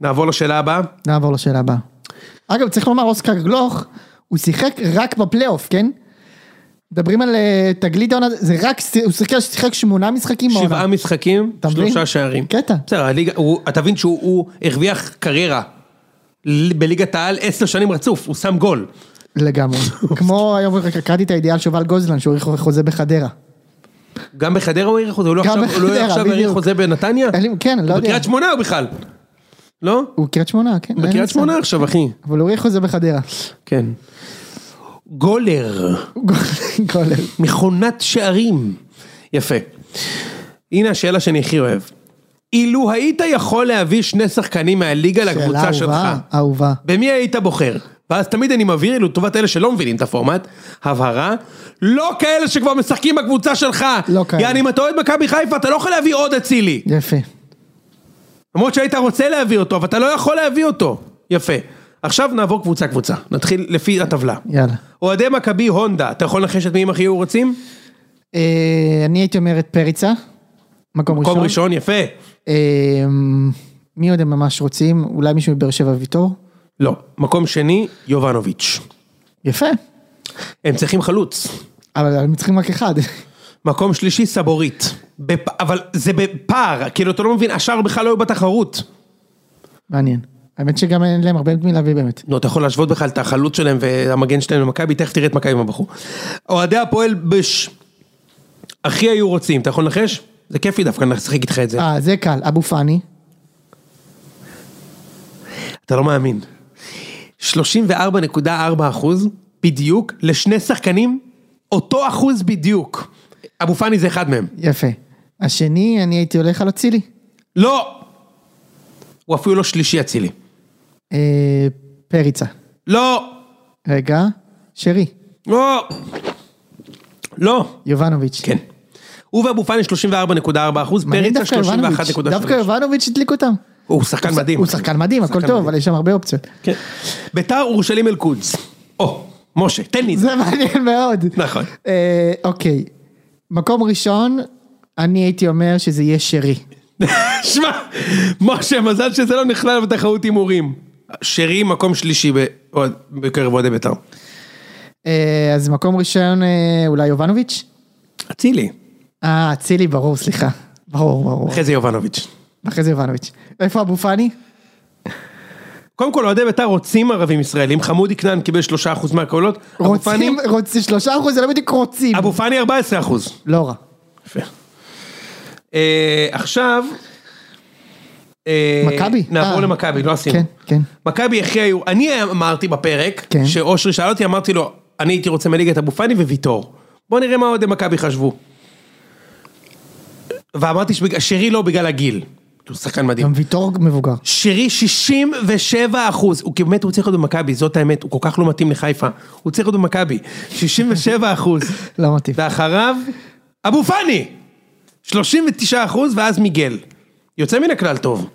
נעבור לשאלה הבאה. נעבור לשאלה הבאה. אגב, צריך לומר, אוסקר גלוך, הוא שיחק רק בפלייאוף, כן? מדברים על אה, תגלית העונה, זה רק, ש- הוא שיחק, שיחק שמונה משחקים שבעה משחקים, אתה מבין? כן. שלושה שערים. קטע. בסדר, הליגה, הוא- אתה מבין שהוא הוא הרוויח קריירה ל- בליגת העל עשר שנים רצוף, הוא שם גול. [LAUGHS] לגמרי. כמו היום קראתי את האידיאל שובל גוזלן, שהוא האריך חוזה בחדרה. כן. גם בחדרה הוא העריך חוזה, הוא לא גם עכשיו הוא לא בחדרה, עכשיו העריך בדיוק. חוזה בנתניה? אין לי- כן, לא הוא יודע. בקריית שמונה הוא בכלל. לא? הוא קריית שמונה, כן. הוא אין לי בקריית מושג. שמונה עכשיו, אחי. אבל הוא האריך חוזה בחדרה. [LAUGHS] כן. גולר, גולר. מכונת שערים. יפה. הנה השאלה שאני הכי אוהב. אילו היית יכול להביא שני שחקנים מהליגה לקבוצה שלך, אהובה, אהובה. במי היית בוחר? ואז תמיד אני מבהיר, לטובת אלה שלא מבינים את הפורמט, הבהרה, לא כאלה שכבר משחקים בקבוצה שלך. לא כאלה. יעני, אם אתה אוהד מכבי חיפה, אתה לא יכול להביא עוד אצילי. יפה. למרות שהיית רוצה להביא אותו, אבל אתה לא יכול להביא אותו. יפה. עכשיו נעבור קבוצה קבוצה, נתחיל לפי הטבלה. יאללה. אוהדי מכבי הונדה, אתה יכול לנחש את מי הם הכי היו רוצים? אה, אני הייתי אומר את פריצה. מקום ראשון. מקום ראשון, יפה. אה, מי עוד הם ממש רוצים? אולי מישהו מבאר שבע ויטור? לא. מקום שני, יובנוביץ'. יפה. הם צריכים חלוץ. אבל הם צריכים רק אחד. [LAUGHS] מקום שלישי, סבורית. בפ... אבל זה בפער, כאילו אתה לא מבין, השאר בכלל לא היו בתחרות. מעניין. האמת שגם אין להם הרבה מי להביא באמת. נו, אתה יכול להשוות בכלל את החלוץ שלהם והמגן שלהם למכבי, תכף תראה את מכבי עם הבחור. אוהדי הפועל בש... הכי היו רוצים, אתה יכול לנחש? זה כיפי דווקא לשחק איתך את זה. אה, זה קל. אבו פאני. אתה לא מאמין. 34.4 אחוז בדיוק לשני שחקנים, אותו אחוז בדיוק. אבו פאני זה אחד מהם. יפה. השני, אני הייתי הולך על אצילי. לא! הוא אפילו לא שלישי אצילי. אה, פריצה. לא! רגע. שרי. לא! לא! יובנוביץ'. כן. הוא ואבו פאני 34.4 אחוז, מעניין פריצה דווקא יובנוביץ'. 31.3. דווקא יובנוביץ' הדליק אותם. הוא שחקן הוא ש- מדהים. הוא שחקן מדהים, הכל שחקן טוב, מדהים. אבל יש שם הרבה אופציות. כן. ביתר אורשלים אל-קודס. או, משה, תן לי את [LAUGHS] זה. זה מעניין מאוד. נכון. [LAUGHS] אה, אוקיי. מקום ראשון, אני הייתי אומר שזה יהיה שרי. [LAUGHS] שמע, משה, מזל שזה לא נכלל בתחרות הימורים. שרי מקום שלישי באוהד- בקרב אוהדי ביתר. אה, אז מקום ראשון אה, אולי יובנוביץ'? אצילי. אה, אצילי, ברור, סליחה. ברור, ברור. אחרי זה יובנוביץ'. אחרי זה יובנוביץ'. איפה אבו פאני? קודם כל, אוהדי ביתר רוצים ערבים ישראלים, חמודי כנען קיבל 3% מהקולות. אבו פאני- רוצים, רוצים, שלושה אחוז, זה לא בדיוק רוצים. אבו פאני 14%. לא רע. יפה. אה, עכשיו... אה, מכבי? נעבור אה. למכבי, לא עשינו. כן, כן. מכבי הכי היו, אני אמרתי בפרק, כן. שאושרי שאל אותי, אמרתי לו, אני הייתי רוצה מליגת אבו פאני וויטור. בוא נראה מה אוהדי מכבי חשבו. ואמרתי ששרי לא בגלל הגיל. הוא שחקן מדהים. גם ויטור מבוגר. שרי 67 אחוז, הוא באמת, הוא צריך להיות במכבי, זאת האמת, הוא כל כך לא מתאים לחיפה, הוא צריך להיות במכבי, 67 אחוז. [LAUGHS] לא מתאים. ואחריו, אבו פאני, 39 אחוז, ואז מיגל. יוצא מן הכלל טוב.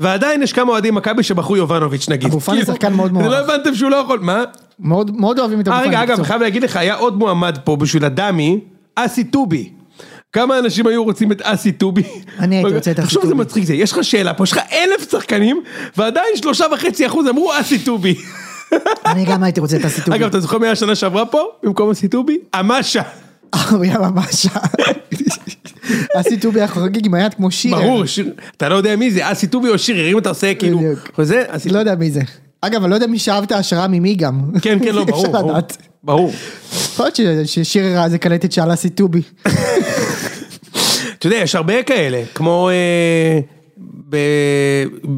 ועדיין יש כמה אוהדים מכבי שבחרו יובנוביץ' נגיד. אבו פאני כאילו, שחקן מאוד מוערך. לא הבנתם שהוא לא יכול, מה? מאוד מאוד אוהבים את אבו אה פאני. רגע, אגב, בקיצור. אני חייב להגיד לך, היה עוד מועמד פה בשביל הדמי, אסי טובי. כמה אנשים היו רוצים את אסי טובי? אני הייתי רוצה את אסי תחשוב איזה טובי. מצחיק זה, יש לך שאלה פה, יש לך אלף שחקנים, ועדיין שלושה וחצי אחוז אמרו אסי טובי. אני גם הייתי רוצה את הסיטוב. אגב, אתה זוכר מי היה שנה שעברה פה, במקום אסי טובי? אמשה. כן. אריה ממש. עשי טובי החוגג עם היד כמו שיר. ברור, שיר- אתה לא יודע מי זה, אסי טובי או שירי, אם אתה עושה כאילו, בדיוק. חוזה, אסי לא יודע מי זה. אגב, אני לא יודע מי שאבת השראה ממי גם. כן, [LAUGHS] כן, לא, ברור, אפשר ברור. לדעת. ברברור. יכול להיות ש- ששיר הראה איזה קלטת שעל עשי טובי. אתה יודע, יש הרבה כאלה, כמו... אה, ב...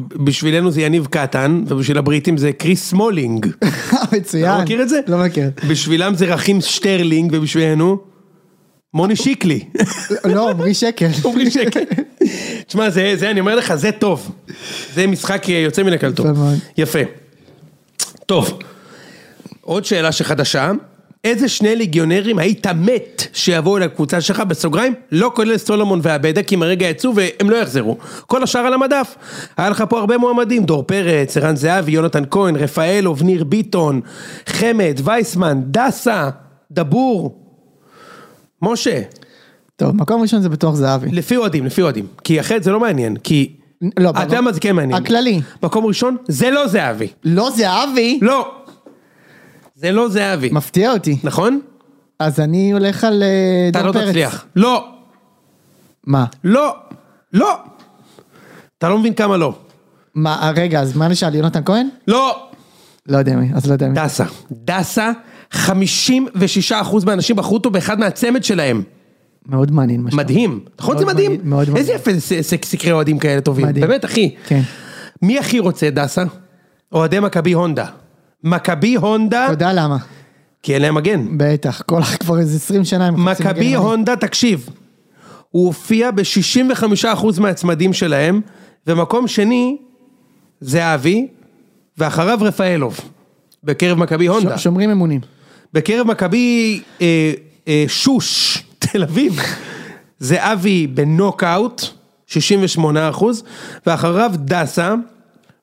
בשבילנו זה יניב קטן, ובשביל הבריטים זה קריס סמולינג. [LAUGHS] מצוין. אתה לא מכיר את זה? לא מכיר. בשבילם זה רכים שטרלינג, ובשבילנו... מוני שיקלי. לא, עמרי שקל. עמרי שקל. תשמע, זה, זה, אני אומר לך, זה טוב. זה משחק אה, יוצא מן הכלל טוב. יפה מאוד. יפה. טוב. עוד שאלה שחדשה, איזה שני ליגיונרים היית מת שיבואו לקבוצה שלך בסוגריים, לא כולל סולומון ועבדה, כי הם הרגע יצאו והם לא יחזרו. כל השאר על המדף. היה לך פה הרבה מועמדים, דור פרץ, ערן זהבי, יונתן כהן, רפאלוב, ניר ביטון, חמד, וייסמן, דסה, דבור. משה, טוב, מקום ראשון זה בטוח זהבי. לפי אוהדים, לפי אוהדים. כי אחרת זה לא מעניין, כי... לא, אתה יודע ברור. מה זה כן מעניין. הכללי. מקום ראשון, זה לא זהבי. לא זהבי? לא. זה לא זהבי. מפתיע אותי. נכון? אז אני הולך על אה, אתה דור לא פרץ. תצליח. לא. מה? לא. לא. אתה לא מבין כמה לא. מה, אה, רגע, אז מה נשאל, יונתן כהן? לא. לא יודע מי, אז לא יודע מי. דסה. דסה, 56% מהאנשים בחרו אותו באחד מהצמד שלהם. מאוד מעניין מה שאתה אומר. מדהים. נכון זה מאוד מדהים? מעניין, מאוד איזה מעניין. יפה זה ס- ס- סקרי אוהדים כאלה טובים. מדהים. באמת, אחי. כן. מי הכי רוצה את דסה? אוהדי מכבי הונדה. מכבי הונדה, אתה יודע למה? כי אין להם מגן. בטח, כל כבר איזה 20 שנה הם מחפשים מכבי מגן ימני. הונדה, תקשיב, הוא הופיע ב-65% מהצמדים שלהם, ומקום שני זה אבי, ואחריו רפאלוב, בקרב מכבי הונדה. ש- שומרים אמונים. בקרב מכבי אה, אה, שוש, [LAUGHS] תל אביב, זה אבי בנוקאוט, 68 אחוז, ואחריו דסה,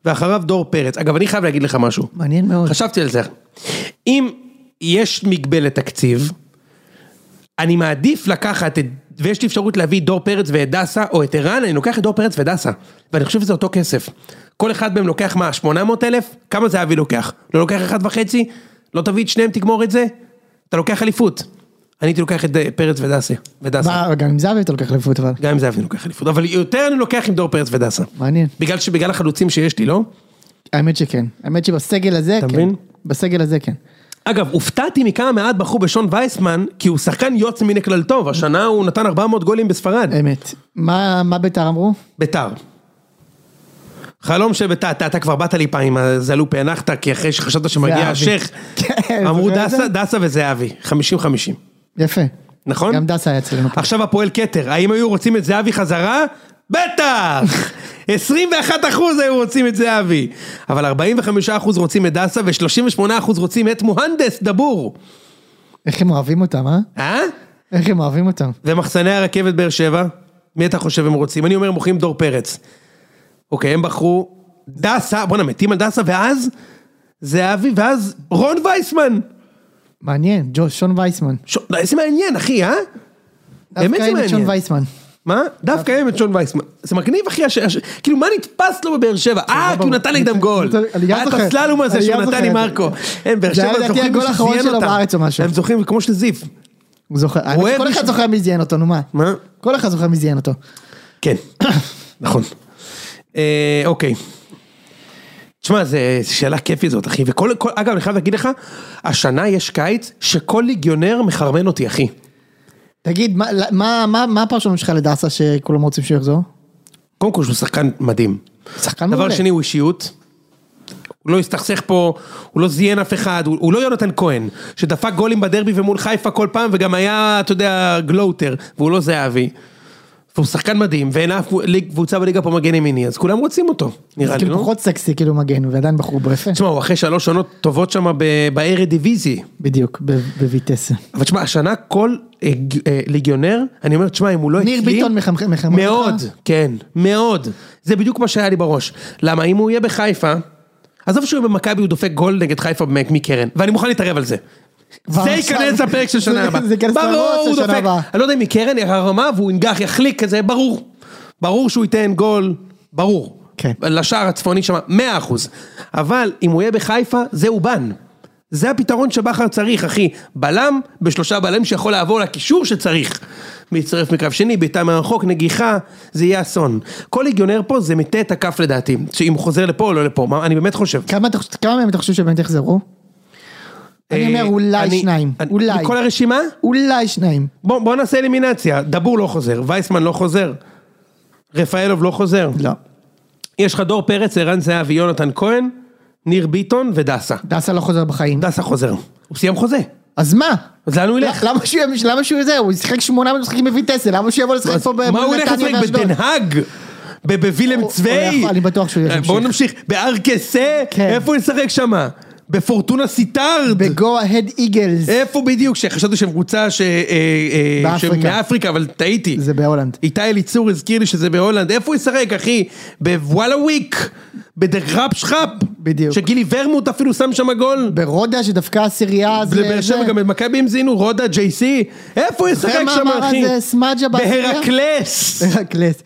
ואחריו דור פרץ. אגב, אני חייב להגיד לך משהו. מעניין מאוד. חשבתי על זה. אם יש מגבלת תקציב, אני מעדיף לקחת את, ויש לי אפשרות להביא דור פרץ ואת דסה, או את ערן, אני לוקח את דור פרץ ודסה. ואני חושב שזה אותו כסף. כל אחד מהם לוקח מה, 800 אלף? כמה זהבי לוקח? לא לוקח אחד וחצי? לא תביא את שניהם, תגמור את זה? אתה לוקח אליפות. אני הייתי לוקח את אה, פרץ ודסה. ודסה. מה, אה, גם עם זהבי אתה לוקח לפוט אבל. גם עם זהבי לוקח אליפות. אבל יותר אני לוקח עם דור פרץ ודסה. מעניין. בגלל ש- בגלל החלוצים שיש לי, לא? האמת שכן. האמת שבסגל הזה אתה כן. מבין? בסגל הזה כן. אגב, הופתעתי מכמה מעט בחרו בשון וייסמן, כי הוא שחקן יוצא מן הכלל טוב, השנה הוא נתן 400 גולים בספרד. אמת. מה מה ביתר אמרו? ביתר. חלום שביתר, אתה, אתה כבר באת לי פעם עם הזלו פענחת, כי אחרי שחשבת שמגיע זהבי. השייח, כן, [LAUGHS] [LAUGHS] אמרו זוכר את דסה, זה? דסה וזהבי, 50-50, יפה. נכון? גם דסה היה אצלנו פה. עכשיו הפועל כתר, האם היו רוצים את זהבי חזרה? [LAUGHS] בטח! 21 אחוז היו רוצים את זהבי, אבל 45 אחוז רוצים את דסה ו-38 אחוז רוצים את מוהנדס דבור, איך הם אוהבים אותם, אה? אה? איך הם אוהבים אותם. ומחסני הרכבת באר שבע, מי אתה חושב הם רוצים? אני אומר, הם בוחרים דור פרץ. אוקיי, הם בחרו דסה, בואנה, מתים על דסה, ואז זהבי, ואז רון וייסמן. מעניין, ג'ו- שון וייסמן. ש... איזה מעניין, אחי, אה? באמת דווקא זה אין את שון מעניין. וייסמן. מה? דווקא הם את שון וייסמן. זה מגניב, אחי, הש... הש... כאילו, מה נתפס לו בבאר שבע? אה, כי הוא כן, לא ברור. נתן נגדם גול. אני גם היה אה, את זוכר. הסללום הזה אני שהוא גם נתן זוכר עם את זה. מרקו. הם, באר זה היה שבע לדעתי זוכרים הגול מי האחרון שזיין שלו אותם. בארץ או משהו. הם זוכרים כמו של זיו. הוא זוכר, הוא אוהב כל מישהו- אחד זוכר מי זיין אותו, נו מה? מה? כל אחד זוכר מי זיין אותו. כן, [COUGHS] נכון. אה, אוקיי. תשמע, זו שאלה כיפית זאת, אחי. וכל, כל, אגב, אני חייב להגיד לך, השנה יש קיץ שכל ליגיונר מחרמן אותי, אחי. תגיד, מה- מה- מה- מה הפרשנות שלך לדסה שכולם רוצים שהוא יחזור? קודם כל, שהוא שחקן מדהים. שחקן מעולה. דבר שני, הוא אישיות. הוא לא הסתכסך פה, הוא לא זיין אף אחד, הוא, הוא לא יונתן כהן, שדפק גולים בדרבי ומול חיפה כל פעם, וגם היה, אתה יודע, גלוטר, והוא לא זהבי. והוא שחקן מדהים, ואין אף ליג- קבוצה בליגה פה מגן ימיני, אז כולם רוצים אותו, נראה זה לי, כאילו לא? פחות סקסי כאילו מגן, ועדיין בחור ברפה. תשמע, הוא אחרי שלוש עונות טובות שם בארי דיוויזי. בדיוק, ב- בויטסה. אבל תשמע, השנה כל אה, ג- אה, ליגיונר, אני אומר, תשמע, אם הוא לא אצלי... ניר ביטון מחמח- מחמם מאוד, אותך? כן, מאוד. זה בדיוק מה שהיה לי בראש. למה, אם הוא יהיה בחיפה, עזוב שהוא במכבי, הוא דופק גול נגד חיפה באמת מקרן, ואני מוכן להתערב על זה. כבר זה עכשיו- ייכנס לפרק של שנה זה- הבאה. זה ייכנס ברור, למרוץ הוא של שנה דופק. הבאה. אני לא יודע אם מקרן, הרמה, והוא ינגח, יחליק כזה, ברור. ברור שהוא ייתן גול, ברור. כן. לשער הצפוני שם, 100 אחוז. אבל אם הוא יהיה בחיפה, זה אובן. זה הפתרון שבכר צריך, אחי. בלם בשלושה בלמים שיכול לעבור לקישור שצריך. מצטרף מקו שני, בעיטה מרחוק, נגיחה, זה יהיה אסון. כל ליגיונר פה זה מטה את הכף לדעתי. שאם הוא חוזר לפה או לא לפה, מה- אני באמת חושב. כמה אתה חושב- כמה מהם אתה חושב שבאמת יחזרו? אני אה, אומר אני- אולי שניים, אני- אולי, מכל הרשימה? אולי שניים. בוא, בוא נעשה אלימינציה, דבור לא חוזר, וייסמן לא חוזר, רפאלוב לא חוזר. לא. יש לך דור פרץ, ערן זהבי, יונתן כהן, ניר ביטון ודסה. דסה לא חוזר בחיים. דסה חוזר, הוא סיים חוזה, אז מה? אז לאן הוא ילך? למה שהוא יהיה- למה שהוא זה? הוא ישחק 800 משחקים בויטסה, למה שהוא יבוא לשחק פה מה הוא מול הולך נתניה לשחק ואשדוד? בדנהג? בווילם הוא- הוא צווי? יכול, אני בטוח שהוא ילך בואו להמשיך. נמשיך, בארקסה? כן. איפה הוא ישחק שמה? בפורטונה סיטארד. ב-go ahead eagles, איפה בדיוק? שחשבתי שהם קבוצה ש... אה, אה, אה, באפריקה. שמאפריקה, אבל טעיתי. זה בהולנד. איתי אליצור הזכיר לי שזה בהולנד. איפה הוא ישחק, אחי? בוואלה וויק, בדראפ שחאפ. בדיוק. שגילי ורמוט אפילו שם שם גול. ברודה שדפקה עשירייה, זה... לבאר שבע זה. גם את מכבי הם זינו, רודה, ג'יי סי. איפה הוא ישחק מה שם, אמר אחי? אז, אה, סמדג'ה בעשירייה? בהרקלס. הקלט.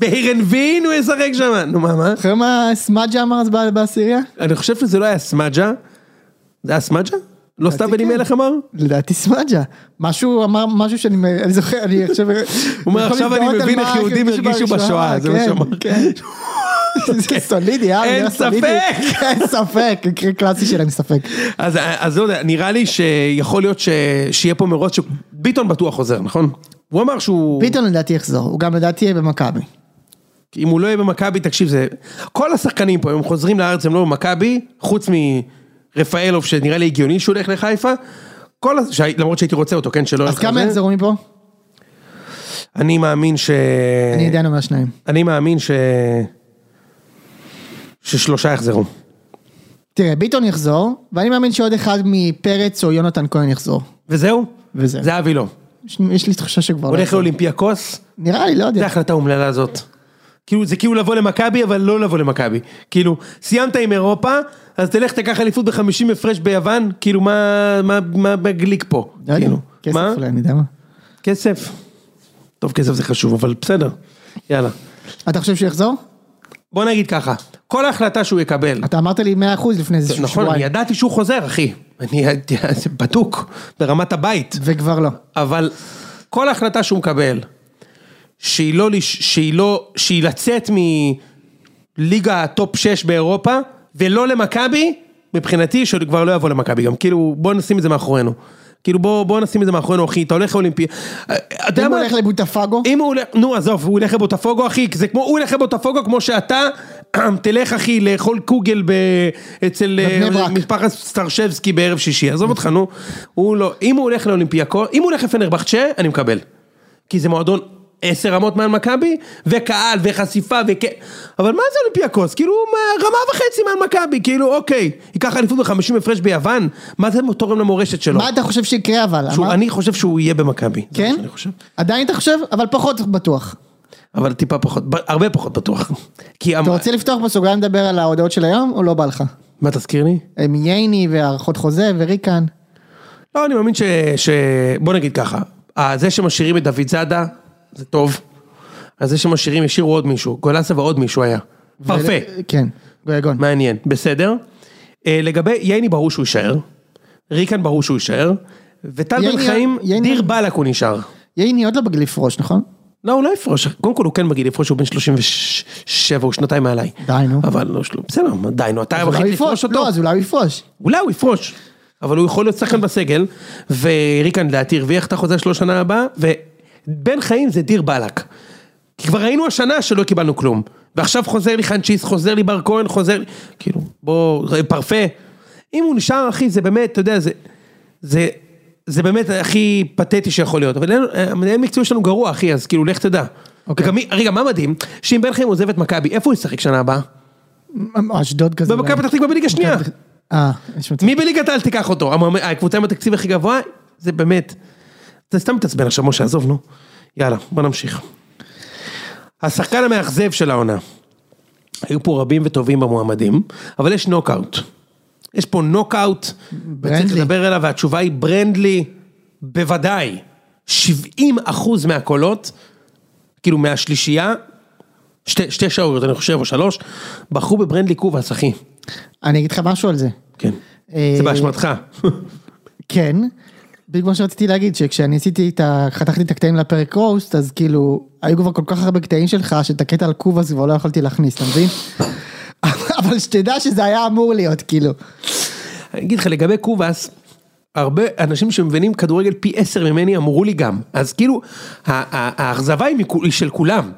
בהירנבין הוא ישחק שם. נו מה, מה? אחרי מה סמדג'ה אמר אז ב- בעשירייה? אני חושב שזה לא היה סמג'ה. זה היה סמג'ה? לא סתיו בן כן. מלך אמר? לדעתי סמדג'ה. משהו אמר משהו שאני מ- אני זוכר, אני עכשיו... [LAUGHS] הוא אומר יכול עכשיו אני להזדהות על מבין מה- איך יהודים מישהו הרגישו בשואה", בשואה, זה מה כן, שהוא אמר. כן. [LAUGHS] זה סולידי, אה? אין זה סולידי. ספק. [LAUGHS] אין ספק, מקרה קלאסי של אין [LAUGHS] ספק. אז, אז לא יודע, נראה לי שיכול להיות ש... שיהיה פה מרוץ שביטון בטוח חוזר, נכון? הוא אמר שהוא... ביטון לדעתי יחזור, הוא גם לדעתי יהיה במכבי. אם הוא לא יהיה במכבי, תקשיב, זה... כל השחקנים פה, אם הם חוזרים לארץ, הם לא במכבי, חוץ מרפאלוב, שנראה לי הגיוני שהוא הולך לחיפה. כל ה... ש... למרות שהייתי רוצה אותו, כן, שלא אז ילך כמה לזה. יחזרו מפה? אני מאמין ש... אה. אני עדיין אומר שניים. אני מאמין ש... ששלושה יחזרו. תראה, ביטון יחזור, ואני מאמין שעוד אחד מפרץ או יונתן כהן יחזור. וזהו? וזהו. זה אבי לא. יש- יש לי תחושה שכבר... הוא לא הולך יחזור. לאולימפיאקוס, נראה לי, לא זה יודע. ההחלטה האומללה הזאת. כאילו, זה כאילו לבוא למכבי, אבל לא לבוא למכבי. כאילו, סיימת עם אירופה, אז תלך תקח אליפות ב-50 הפרש ביוון, כאילו, מה, מה, מה בגליק פה? לא יודע. כאילו, כסף מה? אולי, אני יודע מה. כסף. טוב, כסף זה חשוב, אבל בסדר. יאללה. אתה חושב שהוא יחזור? בוא נגיד ככה, כל החלטה שהוא יקבל, אתה אמרת לי 100% לפני איזה נכון, אני שבועיים. ידעתי שהוא חוזר, אחי. אני ידעתי, זה בדוק, ברמת הבית. וכבר לא. אבל כל החלטה שהוא מקבל, שהיא לא, לש- שהיא לא, שהיא לצאת מליגה הטופ 6 באירופה, ולא למכבי, מבחינתי שהוא כבר לא יבוא למכבי גם, כאילו בוא נשים את זה מאחורינו. כאילו בוא, בוא נשים את זה מאחורינו אחי, אתה הולך לאולימפי... אתה יודע אם מה? הוא הולך לבוטפגו? אם הוא הולך, נו עזוב, הוא ילך לבוטפוגו אחי, זה כמו, הוא ילך לבוטפוגו כמו שאתה [CLEARS THROAT] תלך אחי לאכול קוגל ב, אצל אה, בבני ברק. משפחת סטרשבסקי בערב שישי, עזוב אותך נו, הוא לא, אם הוא הולך לאולימפיאקו, אם הוא הולך לפנרבחצ'ה, אני מקבל. כי זה מועדון עשר רמות מעל מכבי, וקהל, וחשיפה, וכ... אבל מה זה אולימפיאקוס? כאילו, מה, רמה וחצי מעל מכבי, כאילו, אוקיי, ייקח אליפות ב-50 הפרש ביוון, מה זה תורם למורשת שלו? מה אתה חושב שיקרה אבל? שהוא, אמרת- אני חושב שהוא יהיה במכבי. זה מה כן? שאני חושב. עדיין אתה חושב? אבל פחות בטוח. אבל טיפה פחות, ב- הרבה פחות בטוח. כי אמ- המ... אתה רוצה לפתוח בסוגריים לדבר על ההודעות של היום, או לא בא לך? מה תזכיר לי? הם ייני והערכות חוזה וריקן. לא, אני מאמין ש... ש... בוא נגיד ככה, אה, זה שמשאירים את דוד זאדה, זה טוב. אז זה שמשאירים, השאירו עוד מישהו, גולסה ועוד מישהו היה. פרפה. ול- כן, גויגון. מעניין, בסדר. אה, לגבי ייני ברור שהוא יישאר, ריקן ברור שהוא יישאר, וטל בן ייני- חיים, ייני- דיר באלק הוא נשאר. ייני עוד לא בגיל לפרוש, נכון? לא, הוא לא יפרוש, קודם כל הוא כן בגיל יפרוש, הוא בן 37, הוא שנתיים מעליי. די, נו. אבל לא, שלו- בסדר, מה, די נו, אתה אז אולי מחליט הוא לפרוש יפרוש, אותו. לא, אז אולי הוא יפרוש. אולי הוא יפרוש, אבל הוא יכול להיות שחקן בסגל, וריקן לדעתי הרוויח את החוזה שלו שנה הבאה, ובן חיים זה דיר באלק. כי כבר ראינו השנה שלא קיבלנו כלום, ועכשיו חוזר לי חנצ'יס, חוזר לי בר כהן, חוזר לי, כאילו, בוא, פרפה. אם הוא נשאר, אחי, זה באמת, אתה יודע, זה, זה, זה באמת הכי פתטי שיכול להיות, אבל אין- המנהל מקצועי שלנו גרוע, אחי, אז כאילו, לך תדע. אוקיי. וגם מי- רגע, מה מדהים? שאם בן חיים עוזב את מכבי, איפה הוא ישחק שנה הבאה? או אשדוד כזה. אולי. במכבי פתח תקווה בליגה שנייה. אה, יש מצב. מי בליגת העל תיקח אותו? המאמן- הקבוצה עם התקציב הכי גבוה? זה באמת. אתה סתם מתעצבן עכשיו, משה, עזוב, נו. יאללה, בוא נמשיך. השחקן המאכזב של העונה. היו פה רבים וטובים במועמדים, אבל יש נוקאוט. יש פה נוקאוט, וצריך ברנדלי. לדבר אליו, והתשובה היא ברנדלי, בוודאי. 70 אחוז מהקולות, כאילו מהשלישייה, שתי, שתי שעוריות, אני חושב, או שלוש, בחרו בברנדלי קובאס, אחי. אני אגיד לך משהו על זה. כן. אה, זה באשמתך. כן. בדיוק כמו שרציתי להגיד, שכשאני עשיתי את ה... חתכתי את הקטעים לפרק רוסט, אז כאילו, היו כבר כל כך הרבה קטעים שלך, שאת הקטע על קובאס כבר לא יכולתי להכניס, אתה מבין? [LAUGHS] אבל שתדע שזה היה אמור להיות, כאילו. אני אגיד לך לגבי קובאס, הרבה אנשים שמבינים כדורגל פי עשר ממני אמרו לי גם, אז כאילו ה- ה- האכזבה היא מכו- היא של כולם,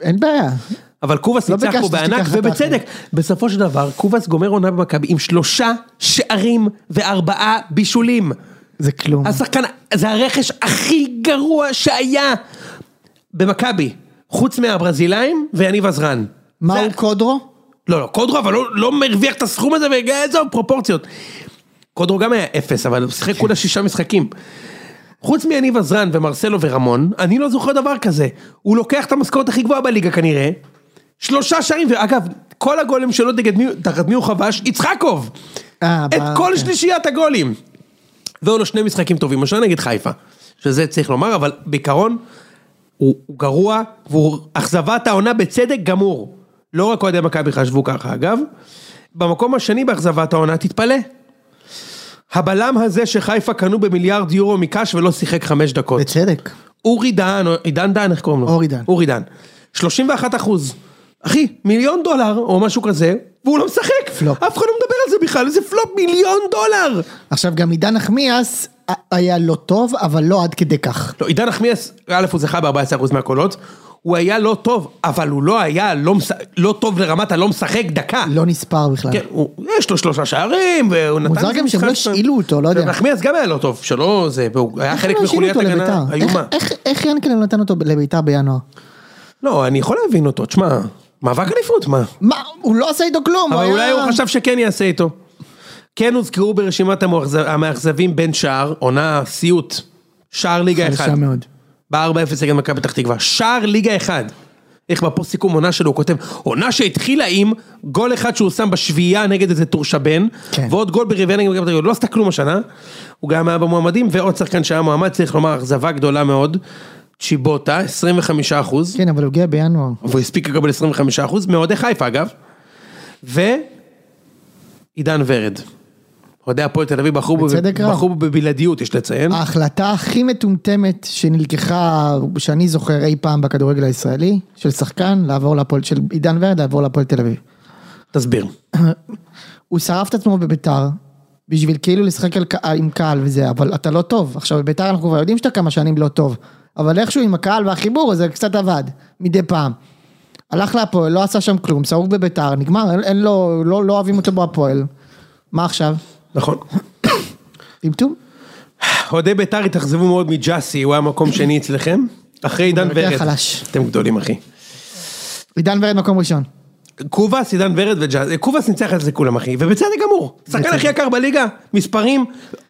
אין בעיה. אבל קובאס לא ניצח פה ביקשתי שתיקח בענק את ובצדק, בסופו של דבר קובאס גומר עונה במכבי עם שלושה שערים וארבעה בישולים, זה כלום. השחקן זה הרכש הכי גרוע שהיה במכבי, חוץ מהברזילאים ויניב עזרן. מה זה- הוא קודרו? לא, לא, קודרו אבל לא, לא מרוויח את הסכום הזה, ועזוב, פרופורציות. קודרו גם היה אפס, אבל הוא שיחק כולה שישה משחקים. חוץ מיניב עזרן ומרסלו ורמון, אני לא זוכר דבר כזה. הוא לוקח את המשכורת הכי גבוהה בליגה כנראה, שלושה שערים, ואגב, כל הגולים שלו נגד מי, תחת מי הוא חבש? יצחקוב! אה, את ב- כל כן. שלישיית הגולים! והיו לו שני משחקים טובים, השנה נגד חיפה, שזה צריך לומר, אבל בעיקרון, הוא, הוא גרוע, והוא אכזבת העונה בצדק גמור. לא רק אוהדי מכבי חשבו ככה, אגב. במקום השני באכזבת העונה, תתפלא. הבלם הזה שחיפה קנו במיליארד יורו מקאש ולא שיחק חמש דקות. בצדק. אורי דהן, או- עידן דהן, איך קוראים לו? אורי דהן. אורי דהן. 31 אחוז. אחי, מיליון דולר, או משהו כזה, והוא לא משחק. פלופ. אף אחד לא מדבר על זה בכלל, איזה פלופ מיליון דולר. עכשיו גם עידן נחמיאס ה- היה לא טוב, אבל לא עד כדי כך. לא, עידן נחמיאס, א' הוא זכה ב-14% מהקולות, הוא היה לא טוב, אבל הוא לא היה לא, מש... לא טוב לרמת הלא משחק דקה. לא נספר בכלל. כן, הוא, יש לו שלושה שערים, והוא נתן... מוזר איזה גם שהם משחק לא שלהם. השאילו אותו, לא יודע. נחמיאס גם היה לא טוב, שלא זה, והוא היה איך חלק לא השאילו מחוליית אותו הגנה לביתר? איומה. איך- איך- איך ינקלן נתן אותו לביתר בינואר? לא, אני יכול להבין אותו, תשמע, מאבק אליפות, מה? מה, הוא לא עשה איתו כלום, אבל היה- אולי הוא חשב שכן יעשה איתו. כן הוזכרו ברשימת המאוכזב- המאכזבים בין שער, עונה סיוט, שער ליגה חלשה אחד. מאוד. ב-4-0 נגד מכבי פתח תקווה, שער ליגה אחד. איך בפה סיכום עונה שלו, הוא כותב, עונה שהתחילה עם גול אחד שהוא שם בשביעייה נגד איזה תורשבן, כן. ועוד גול ברביעייה נגד מכבי פתח תקווה, לא עשתה כלום השנה, הוא גם היה במועמדים, ועוד שחקן שהיה מועמד, צריך לומר, אכזבה גדולה מאוד, צ'יבוטה, 25 אחוז. כן, אבל הוא הגיע בינואר. והוא הספיק לקבל 25% מאוהדי חיפה אגב, ועידן ורד. אוהדי הפועל תל אביב בחרו בו בצדק רב. אה. בחרו בו בבלעדיות יש לציין. ההחלטה הכי מטומטמת שנלקחה, שאני זוכר אי פעם בכדורגל הישראלי, של שחקן לעבור להפועל, של עידן ורד לעבור להפועל תל אביב. תסביר. הוא שרף את עצמו בביתר, בשביל כאילו לשחק על, קה- עם קהל וזה, אבל אתה לא טוב. עכשיו בביתר אנחנו כבר יודעים שאתה כמה שנים לא טוב, אבל איכשהו עם הקהל והחיבור הזה קצת עבד, מדי פעם. הלך להפועל, לא עשה שם כלום, שרוף בביתר, נגמר, אין, אין לו, לא, לא אוהבים אותו בהפועל. מה עכשיו? נכון. טמטום? אוהדי ביתר התאכזבו מאוד מג'אסי, הוא היה מקום שני אצלכם. אחרי עידן הוא ורד. יותר חלש. אתם גדולים אחי. עידן ורד מקום ראשון. קובאס, עידן ורד וג'אסי, קובאס ניצח את זה כולם אחי, ובצדק גמור. שחקן הכי יקר בליגה, מספרים,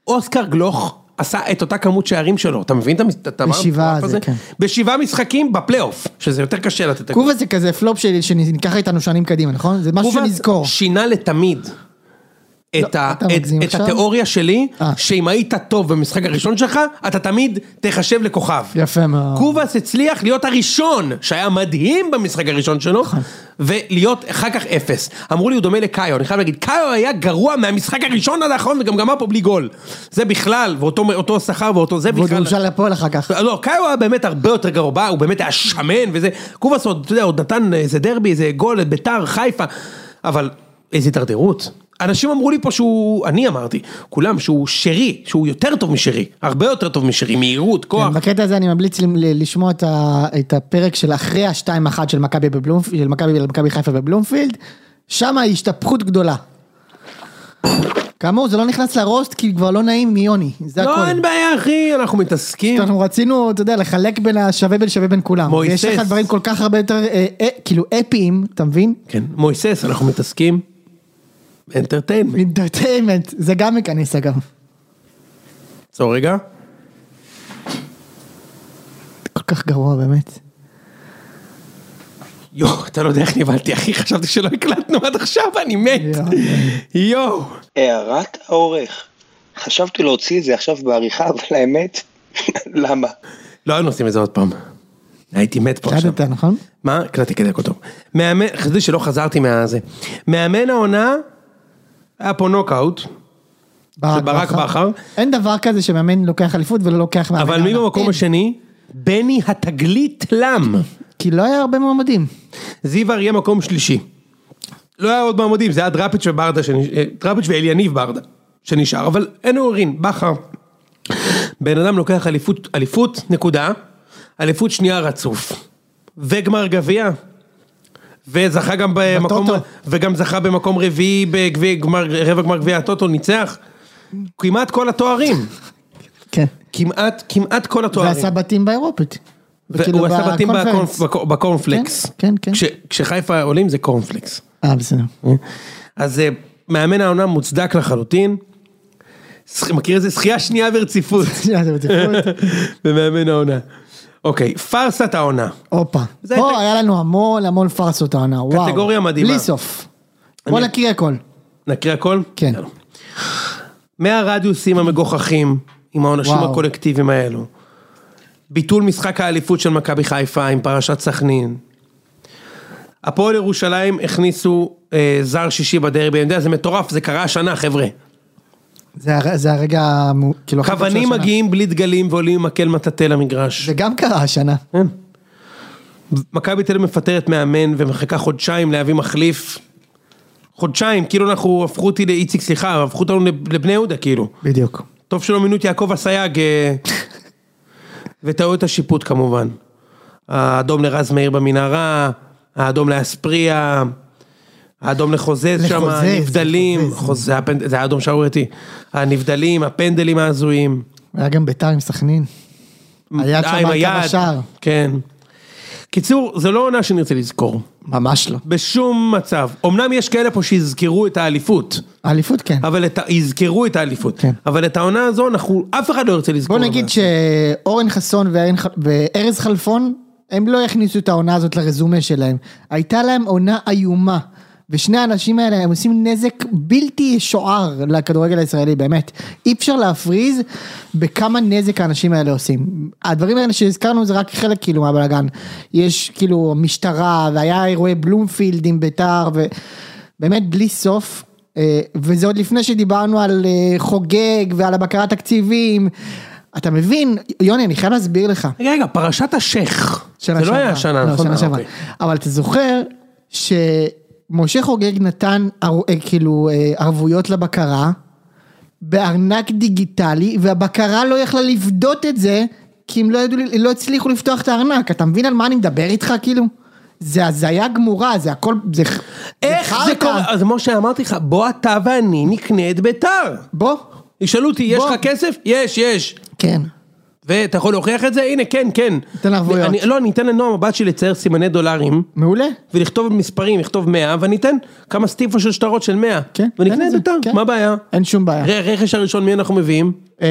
אוסקר גלוך. עשה את אותה כמות שערים שלו, אתה מבין את המס- את הדבר בשבעה המטורף זה, הזה? כן. בשבעה משחקים בפלייאוף, שזה יותר קשה לתת את הגול. קובה זה כזה פלופ שלי שניקח איתנו שנים קדימה, נכון? זה משהו תגובה שנזכור. שינה לתמיד. את, ה, לא, אתה את, מגזים את עכשיו? התיאוריה שלי, אה. שאם היית טוב במשחק הראשון שלך, אתה תמיד תיחשב לכוכב. יפה מאוד. קובאס הצליח להיות הראשון שהיה מדהים במשחק הראשון שלו, נכון. ולהיות אחר כך אפס. אמרו לי הוא דומה לקאיו, אני חייב להגיד, קאיו היה גרוע מהמשחק הראשון עד האחרון וגם גמר פה בלי גול. זה בכלל, ואותו אותו שכר ואותו זה ועוד בכלל. הוא הושל לפועל אחר כך. לא, קאיו היה באמת הרבה יותר גרוע, בא, הוא באמת היה שמן וזה, קובאס עוד, אתה יודע, עוד נתן אה, איזה דרבי, איזה גול, ביתר, חיפה, אבל איזה הידרדרות. אנשים אמרו לי פה שהוא, אני אמרתי, כולם, שהוא שרי, שהוא יותר טוב משרי, הרבה יותר טוב משרי, מהירות, כוח. כן, בקטע הזה אני ממליץ ל- ל- לשמוע את ה- את הפרק של אחרי השתיים אחת של מכבי בבלומפילד, של מכבי מכבי חיפה בבלומפילד, שם ההשתפכות גדולה. כאמור זה לא נכנס לרוסט כי כבר לא נעים מיוני, זה הכל. לא, אין בעיה, אחי, אנחנו מתעסקים. אנחנו רצינו, אתה יודע, לחלק בין השווה בין שווה בין כולם. מויסס. ויש לך דברים כל כך הרבה יותר, אה, אה, כאילו אפיים, אתה [LAUGHS] מבין? כן, מויסס, אנחנו מתעסקים. אנטרטיימנט. אינטרטיימנט, זה גם מכניס אגב. עצור רגע. כל כך גרוע באמת. יואו, אתה לא יודע איך נבהלתי, אחי, חשבתי שלא הקלטנו עד עכשיו, אני מת. יואו. יואו. הערת העורך. חשבתי להוציא את זה עכשיו בעריכה, אבל האמת, [LAUGHS] למה? לא היינו עושים את זה עוד פעם. הייתי מת פה עכשיו. קלטת, נכון? מה? הקלטתי כדי הכל טוב. מאמן, חשבתי שלא חזרתי מהזה. מאמן העונה, היה פה נוקאוט, של ברק בכר. אין דבר כזה שמאמן לוקח אליפות ולא לוקח מאמן. אבל מי העונה. כן. במקום אין. השני? בני התגלית לם. כי לא היה הרבה מועמדים. זיו אריה מקום שלישי. לא היה עוד מעמדים, זה היה דראפיץ' וברדה, שנש- אה, דראפיץ' ואליניב ברדה, שנשאר, אבל אין עוררין, בכר. בן אדם לוקח אליפות, אליפות, נקודה, אליפות שנייה רצוף, וגמר גביע, וזכה גם במקום, בטוטו. וגם זכה במקום רביעי בגביע, גמר, רבע גמר גביע הטוטו, ניצח, כמעט כל התוארים, כן. כמעט, כמעט כל התוארים. ועשה בתים באירופית. והוא עשה בתים בקונפרנס. בקונפ- בקו- בקורנפלקס. כן, כן, כן. כש- כשחיפה עולים זה קורנפלקס. אה, בסדר. [LAUGHS] אז אה, מאמן העונה מוצדק לחלוטין. שח- מכיר איזה שחייה שנייה ברציפות. [LAUGHS] שנייה, זה ברציפות. במאמן העונה. אוקיי, פארסת העונה. הופה. זה פה הייתה- היה לנו המון המון פארסות העונה, וואו. קטגוריה מדהימה. בלי סוף. בוא אני- נקריא הכל. נקריא הכל? כן. יאללה. מהרדיוסים המגוחכים, עם העונשים וואו. הקולקטיביים האלו. ביטול משחק האליפות של מכבי חיפה עם פרשת סכנין. הפועל ירושלים הכניסו אה, זר שישי בדרבי, אני יודע, זה מטורף, זה קרה השנה, חבר'ה. נכון, זה הר- זה הרגע, המו- כאילו, הכי טוב של כוונים השנה. מגיעים בלי דגלים ועולים עם מקל מטאטא למגרש. זה גם קרה השנה. מכבי תל אביב מפטרת מאמן ומחכה חודשיים להביא מחליף. חודשיים, כאילו אנחנו, הפכו אותי לאיציק, סליחה, הפכו אותנו לב- לבני יהודה, כאילו. בדיוק. טוב שלא מינו את יעקב [LAUGHS] אסייג אה, וטעויות השיפוט כמובן. האדום לרז מאיר במנהרה, האדום לאספריה, האדום לחוזז שם, לחוזז, הנבדלים, לחוזז. חוז- זה היה פנד- זה היה אדום שערורייתי, הנבדלים, הפנדלים ההזויים. היה גם ביתר עם סכנין. היד אה, עם שם היד, כמה שער. כן. קיצור, זו לא עונה שנרצה לזכור, ממש לא. בשום מצב. אמנם יש כאלה פה שיזכרו את האליפות, האליפות כן. אבל את, ה- יזכרו את האליפות, כן. אבל את העונה הזו, אנחנו, אף אחד לא ירצה לזכור. בוא נגיד אבל. שאורן חסון ואין ח- וארז חלפון, הם לא יכניסו את העונה הזאת לרזומה שלהם. הייתה להם עונה איומה. ושני האנשים האלה הם עושים נזק בלתי ישוער לכדורגל הישראלי, באמת. אי אפשר להפריז בכמה נזק האנשים האלה עושים. הדברים האלה שהזכרנו זה רק חלק כאילו מהבלאגן. יש כאילו משטרה, והיה אירועי בלומפילד עם ביתר, ובאמת בלי סוף. אה, וזה עוד לפני שדיברנו על אה, חוגג ועל הבקרת תקציבים. אתה מבין, יוני, אני חייב להסביר לך. רגע, רגע, פרשת השייח. זה שנה לא שעברה. היה השנה, לא, נכון? שנה אה, שעברה. אוקיי. אבל אתה זוכר שמשה חוגג נתן ער- אה, כאילו אה, ערבויות לבקרה בארנק דיגיטלי, והבקרה לא יכלה לבדות את זה, כי הם לא, ידעו, ל- לא הצליחו לפתוח את הארנק. אתה מבין על מה אני מדבר איתך, כאילו? זה הזיה גמורה, זה הכל, זה ח- איך זה חרטא. קורה? אז משה, אמרתי לך, בוא אתה ואני נקנה את ביתר. בוא. ישאלו אותי, יש בוא. לך כסף? יש, יש. כן. ואתה יכול להוכיח את זה? הנה, כן, כן. תן לה ערבויות. אני- לא, אני אתן לנועם הבת שלי לצייר סימני דולרים, מעולה. ולכתוב מספרים, לכתוב 100, ואני אתן כמה סטיפו של שטרות של 100. כן, תן ונקנה את את זה, ביתר, כן. מה הבעיה? אין שום בעיה. ר- רכש הראשון, מי אנחנו מביאים? אמ,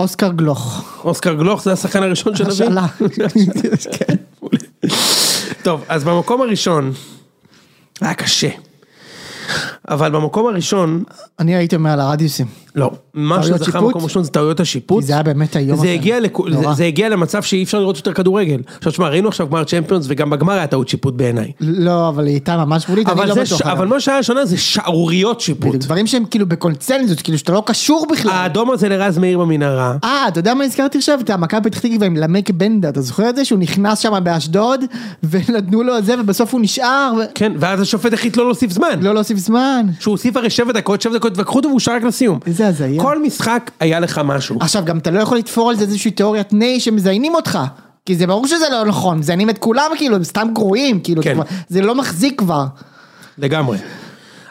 אוסקר גלוך. אוסקר גלוך, זה השחקן הראשון שנביא? השאלה. כן. [LAUGHS] טוב, אז במקום הראשון, היה קשה. אבל במקום הראשון, [LAUGHS] אני הייתי אומר על הרדיוסים. לא, מה טעויות שזכה שיפוט? במקום ראשון זה טעויות השיפוט. כי זה היה באמת היום. זה הזה. הגיע, לכו, זה, נורא. זה הגיע למצב שאי אפשר לראות יותר כדורגל. עכשיו תשמע, ראינו עכשיו גמר צ'מפיונס וגם בגמר היה טעות שיפוט בעיניי. לא, אבל היא הייתה ממש גבולית, אני אבל, לא זה בטוח. ש... אגב. אבל מה שהיה השנה זה שערוריות שיפוט. בדיוק, דברים שהם כאילו בקונצנזוס, כאילו שאתה לא קשור בכלל. האדום הזה לרז מאיר במנהרה. אה, אתה יודע מה הזכרתי עכשיו? את המכבי פתח תקווה עם למק בנדה, אתה זוכר את זה? שהוא נכנס שם באשדוד, [LAUGHS] ונתנו לו את זה, ובסוף הוא נשאר, ו- כן, ואז השופט החליט לא להוסיף זמן. לא להוסיף זמן. שהוא הוסיף הרי שבע דקות, שבע דקות, והתווכחו אותו והוא שרק לסיום. איזה הזיה. כל משחק היה לך משהו. עכשיו, גם אתה לא יכול לתפור על זה איזושהי תיאוריית ניי שמזיינים אותך. כי זה ברור שזה לא נכון, מזיינים את כולם כאילו, הם סתם גרועים, כאילו, כן. זה כבר- זה לא מחזיק כבר. לגמרי.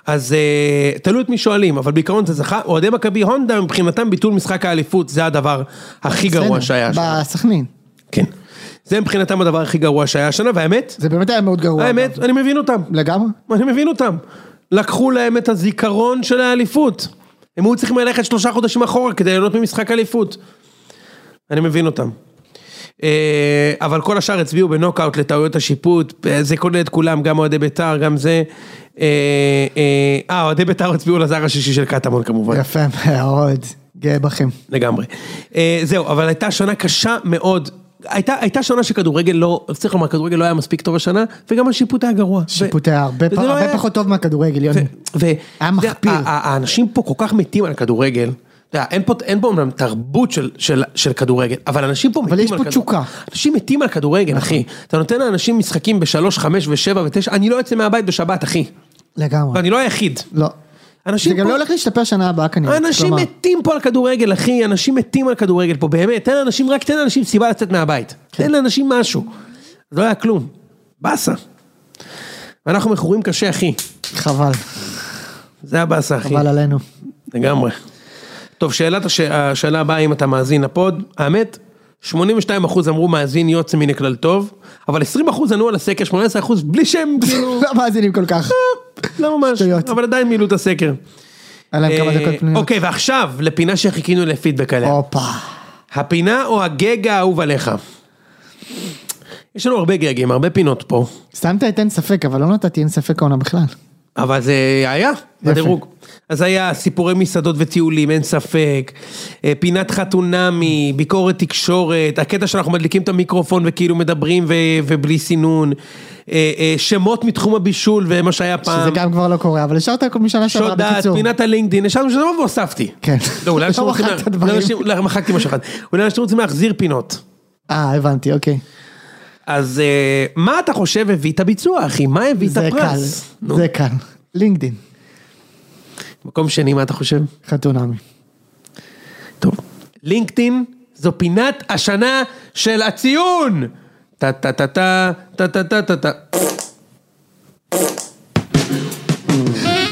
אז אה, תלוי את מי שואלים, אבל בעיקרון זה זכה, אוהדי מכבי הונדה מבחינתם ביטול משחק האליפות, זה הדבר הכי גרוע בסדר, שהיה השנה. בסכנין. כן. זה מבחינתם הדבר הכי גרוע שהיה השנה, והאמת, זה באמת היה מאוד גרוע. האמת, אני מבין אותם. אגב. לגמרי. אני מבין אותם. לקחו להם את הזיכרון של האליפות. הם היו צריכים ללכת שלושה חודשים אחורה כדי ליהנות ממשחק אליפות. אני מבין אותם. אה, אבל כל השאר הצביעו בנוקאוט לטעויות השיפוט, אה, זה כולל את כולם, גם אוהדי בית"ר, גם זה. אה, אה, אה, אוהדי בית"ר הצביעו לזר השישי של קטמון כמובן. יפה מאוד. גאה בכם. לגמרי. אה, זהו, אבל הייתה שנה קשה מאוד. הייתה, הייתה שנה שכדורגל לא, צריך לומר, כדורגל לא היה מספיק טוב השנה, וגם השיפוט היה גרוע. שיפוט היה הרבה פ- וזה לא הרבה פחות טוב מהכדורגל, יוני. ו... היה אתה יודע, מחפיר. ה- ה- האנשים פה כל כך מתים על כדורגל. אתה יודע, אין פה, אין פה אומנם תרבות של, של, של כדורגל, אבל אנשים פה מתים יש על פה תשוקה. נכון. אנשים מתים על כדורגל, אחי. אתה נותן לאנשים משחקים בשלוש, חמש ושבע ותשע, אני לא יוצא מהבית בשבת, אחי. לגמרי. ואני לא היחיד. לא. זה אנשים גם פה... לא הולך להשתפר שנה הבאה כנראה. אנשים כלומר, מתים פה על כדורגל, אחי, אנשים מתים על כדורגל פה, באמת, תן לאנשים, רק תן לאנשים סיבה לצאת מהבית. כן. תן לאנשים משהו. לא היה כלום. באסה. ואנחנו מכורים קשה, אחי. חבל. זה הבאסה, אחי. חבל עלינו. [LAUGHS] לגמרי. טוב, שאלת הש... השאלה הבאה, אם אתה מאזין לפוד, האמת, 82% אמרו מאזין יוצא מן הכלל טוב, אבל 20% ענו על הסקר, 18% בלי שהם [LAUGHS] כאילו, לא מאזינים כל כך. לא ממש, שטויות. אבל עדיין מילאו את הסקר. היה להם כמה אה, דקות פנויות. אוקיי, ועכשיו לפינה שחיכינו לפידבק עליה. הופה. הפינה או הגג האהוב עליך? יש לנו הרבה גגים, הרבה פינות פה, שמת את אין ספק, אבל לא נתתי אין ספק העונה בכלל. אבל זה היה בדירוג. אז היה סיפורי מסעדות וטיולים, אין ספק, אה, פינת חתונמי, ביקורת תקשורת, הקטע שאנחנו מדליקים את המיקרופון וכאילו מדברים ו- ובלי סינון, אה, אה, שמות מתחום הבישול ומה שהיה פעם. שזה גם כבר לא קורה, אבל השארת הכל משנה שעברה שוד דעת, בקיצור. פינת הלינקדין, ישבנו שזה מה והוספתי. כן. לא, אולי אנשים לא רוצים... מחקת לה- דברים. אולי אנשים- לא, מחקתי משהו אחד. אולי אנשים רוצים להחזיר פינות. אה, הבנתי, אוקיי. אז אה, מה אתה חושב הביא את הביצוע, אחי? מה הביא את זה קל, הפרס? נו, זה קל. לינקדין, מקום שני, מה אתה חושב? חתונמי. כן. טוב. לינקדאין זו פינת השנה של הציון! טה טה טה טה טה טה טה טה טה.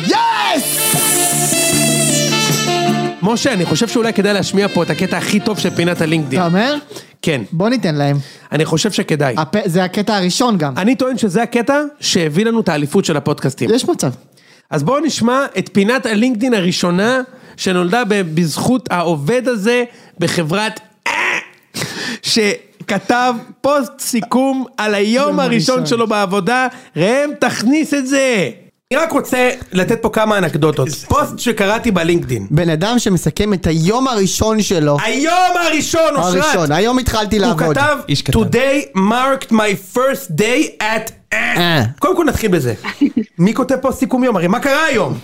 יס! משה, אני חושב שאולי כדאי להשמיע פה את הקטע הכי טוב של פינת הלינקדאין. אתה אומר? כן, בוא ניתן להם. אני חושב שכדאי. הפ- זה הקטע הראשון גם. אני טוען שזה הקטע שהביא לנו את האליפות של הפודקאסטים. יש מצב. אז בואו נשמע את פינת הלינקדאין הראשונה שנולדה ב- בזכות העובד הזה בחברת אה, שכתב פוסט סיכום על היום הראשון הראשון. שלו בעבודה, ראם תכניס את זה. אני רק רוצה לתת פה כמה אנקדוטות, פוסט שקראתי בלינקדאין. בן אדם שמסכם את היום הראשון שלו, היום הראשון, אושרת, הראשון, היום התחלתי הוא לעבוד. כתב, איש קטן. today marked my first day at... אה." אה. קודם כל נתחיל [LAUGHS] בזה. מי כותב פה סיכום יום? הרי מה קרה היום?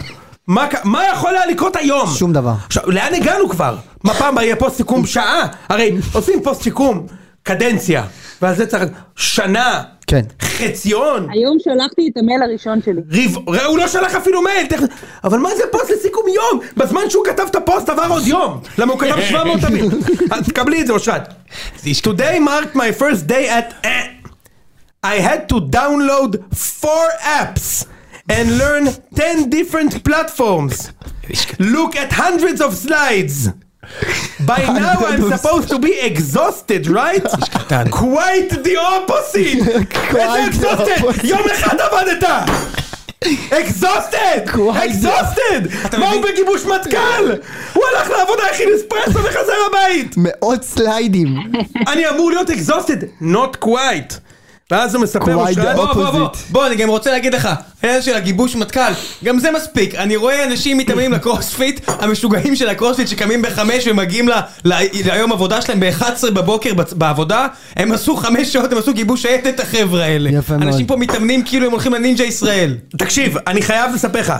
מה, ק- מה יכול היה לקרות היום? שום דבר. עכשיו, לאן הגענו כבר? מה פעם הבאה יהיה פוסט סיכום שעה? הרי עושים פוסט סיכום, קדנציה, ועל זה צריך... שנה, כן. חציון, היום שלחתי את המייל הראשון שלי. רבע... הוא לא שלח אפילו מייל, תכף... אבל מה זה פוסט לסיכום יום? בזמן שהוא כתב את הפוסט עבר עוד יום. למה הוא כתב 700 עמיר. אז תקבלי את זה, אושרת. Today marked my first day at... I had to download four apps and learn 10 different platforms. Look at hundreds of slides. By now I'm supposed to be exhausted, right? Quite the opposite! איזה exhausted? יום אחד עבדת! exhausted! exhausted! מה הוא בגיבוש מטכ"ל? הוא הלך לעבודה, הכין אספרסו וחזר הבית! [LAUGHS] מאות סליידים. אני אמור להיות exhausted, not quite. ואז הוא מספר, Quite אושרת, the בוא, בוא, בוא. opposite. בוא, אני גם רוצה להגיד לך, העניין של הגיבוש מטכ"ל, גם זה מספיק. אני רואה אנשים מתאמנים לקרוספיט, המשוגעים של הקרוספיט שקמים בחמש ומגיעים ל- ל- ליום עבודה שלהם ב-11 בבוקר בצ- בעבודה, הם עשו חמש שעות, הם עשו גיבוש שייטת החבר'ה האלה. יפה מאוד. אנשים פה מתאמנים כאילו הם הולכים לנינג'ה ישראל. תקשיב, אני חייב לספר לך.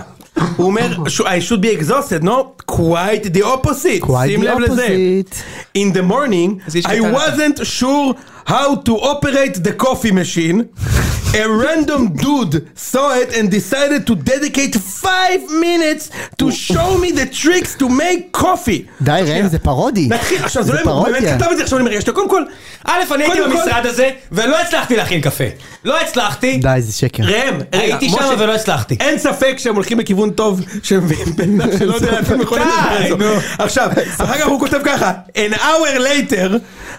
הוא אומר, I should be exhausted, no? Quite the opposite. Quite שים the לב לזה. opposite. In the morning, זה איש I קטן. wasn't sure how to operate the coffee machine. A random dude saw it and decided to dedicate five minutes to show me the tricks to make coffee. די ראם, זה פרודי. נתחיל, עכשיו זה זה לא אם הוא באמת פרודיה. כתב את זה, עכשיו אני אומר, יש לו קודם כל, א', אני הייתי קודם כל- במשרד הזה, ולא הצלחתי להכין קפה. לא הצלחתי. די, זה שקר. ראם, רגע, הייתי משה, שם ולא הצלחתי. אין ספק שהם הולכים לכיוון טוב, שהם מביאים [LAUGHS] בן אדם שלא יודע איפה הם יכולים די, לדבר. עכשיו, אחר כך הוא כותב ככה, an hour later,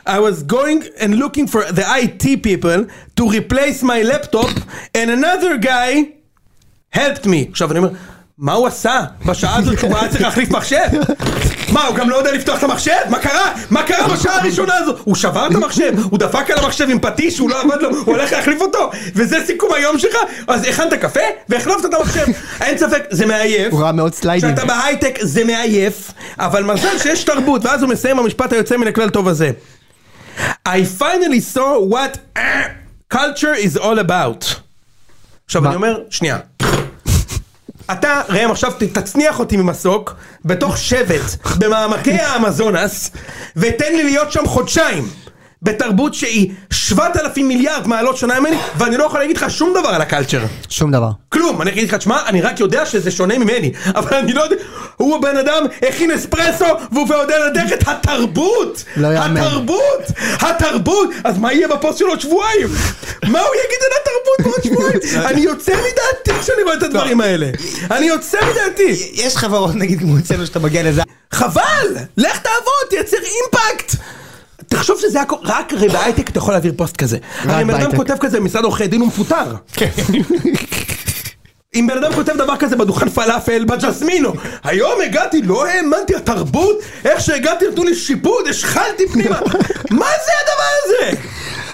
I was going and looking for the IT people to replace my laptop, and another guy helped me. עכשיו אני אומר, מה הוא עשה? בשעה הזאת שהוא היה צריך להחליף מחשב? מה, הוא גם לא יודע לפתוח את המחשב? מה קרה? מה קרה בשעה הראשונה הזו? הוא שבר את המחשב, הוא דפק על המחשב עם פטיש, הוא לא עבד לו, הוא הולך להחליף אותו, וזה סיכום היום שלך? אז הכנת קפה והחלפת את המחשב. אין ספק, זה מעייף. הוא ראה מאות סליידים. כשאתה בהייטק זה מעייף, אבל מזל שיש תרבות, ואז הוא מסיים במשפט היוצא מן הכלל טוב הזה. I finally saw what אה, culture is all about. עכשיו אני אומר, שנייה. אתה, ראם, עכשיו ת- תצניח אותי ממסוק, בתוך שבט, במעמקי האמזונס, ותן לי להיות שם חודשיים. בתרבות שהיא 7,000 מיליארד מעלות שונה ממני, ואני לא יכול להגיד לך שום דבר על הקלצ'ר. שום דבר. כלום, אני אגיד לך, תשמע, אני רק יודע שזה שונה ממני, אבל אני לא יודע, הוא הבן אדם הכין אספרסו והוא יודע לדרך את התרבות! לא יאמן. התרבות! התרבות! אז מה יהיה בפוסט של עוד שבועיים? מה הוא יגיד על התרבות בעוד [LAUGHS] שבועיים? אני יוצא מדעתי כשאני רואה את לא. הדברים האלה! אני יוצא מדעתי! יש חברות נגיד כמו אצלנו שאתה מגיע לזה, חבל! לך תעבוד, תייצר אימפקט! ת- תחשוב שזה הכל, רק הרי בהייטק אתה יכול להעביר פוסט כזה. הרי בן אדם בהייטק. כותב כזה במשרד עורכי דין הוא מפוטר. אם בן אדם כותב דבר כזה בדוכן פלאפל, בג'סמינו, היום הגעתי, לא האמנתי, התרבות, איך שהגעתי נתנו לי שיפוד, השחלתי פנימה, מה זה הדבר הזה?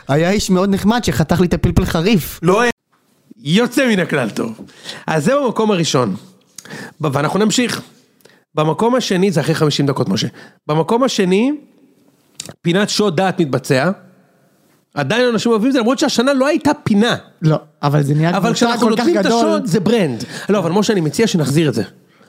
היה איש מאוד נחמד שחתך לי את הפלפל חריף. לא... יוצא מן הכלל טוב. אז זה במקום הראשון. ב- ואנחנו נמשיך. במקום השני, זה אחרי 50 דקות, משה. במקום השני, פינת שוד דעת מתבצע. עדיין אנשים אוהבים את זה, למרות שהשנה לא הייתה פינה. לא, אבל זה נהיה אבל קבוצה כשאנחנו כל כך נותנים את גדול. השוד, זה ברנד. לא, אבל משה, אני מציע שנחזיר את זה.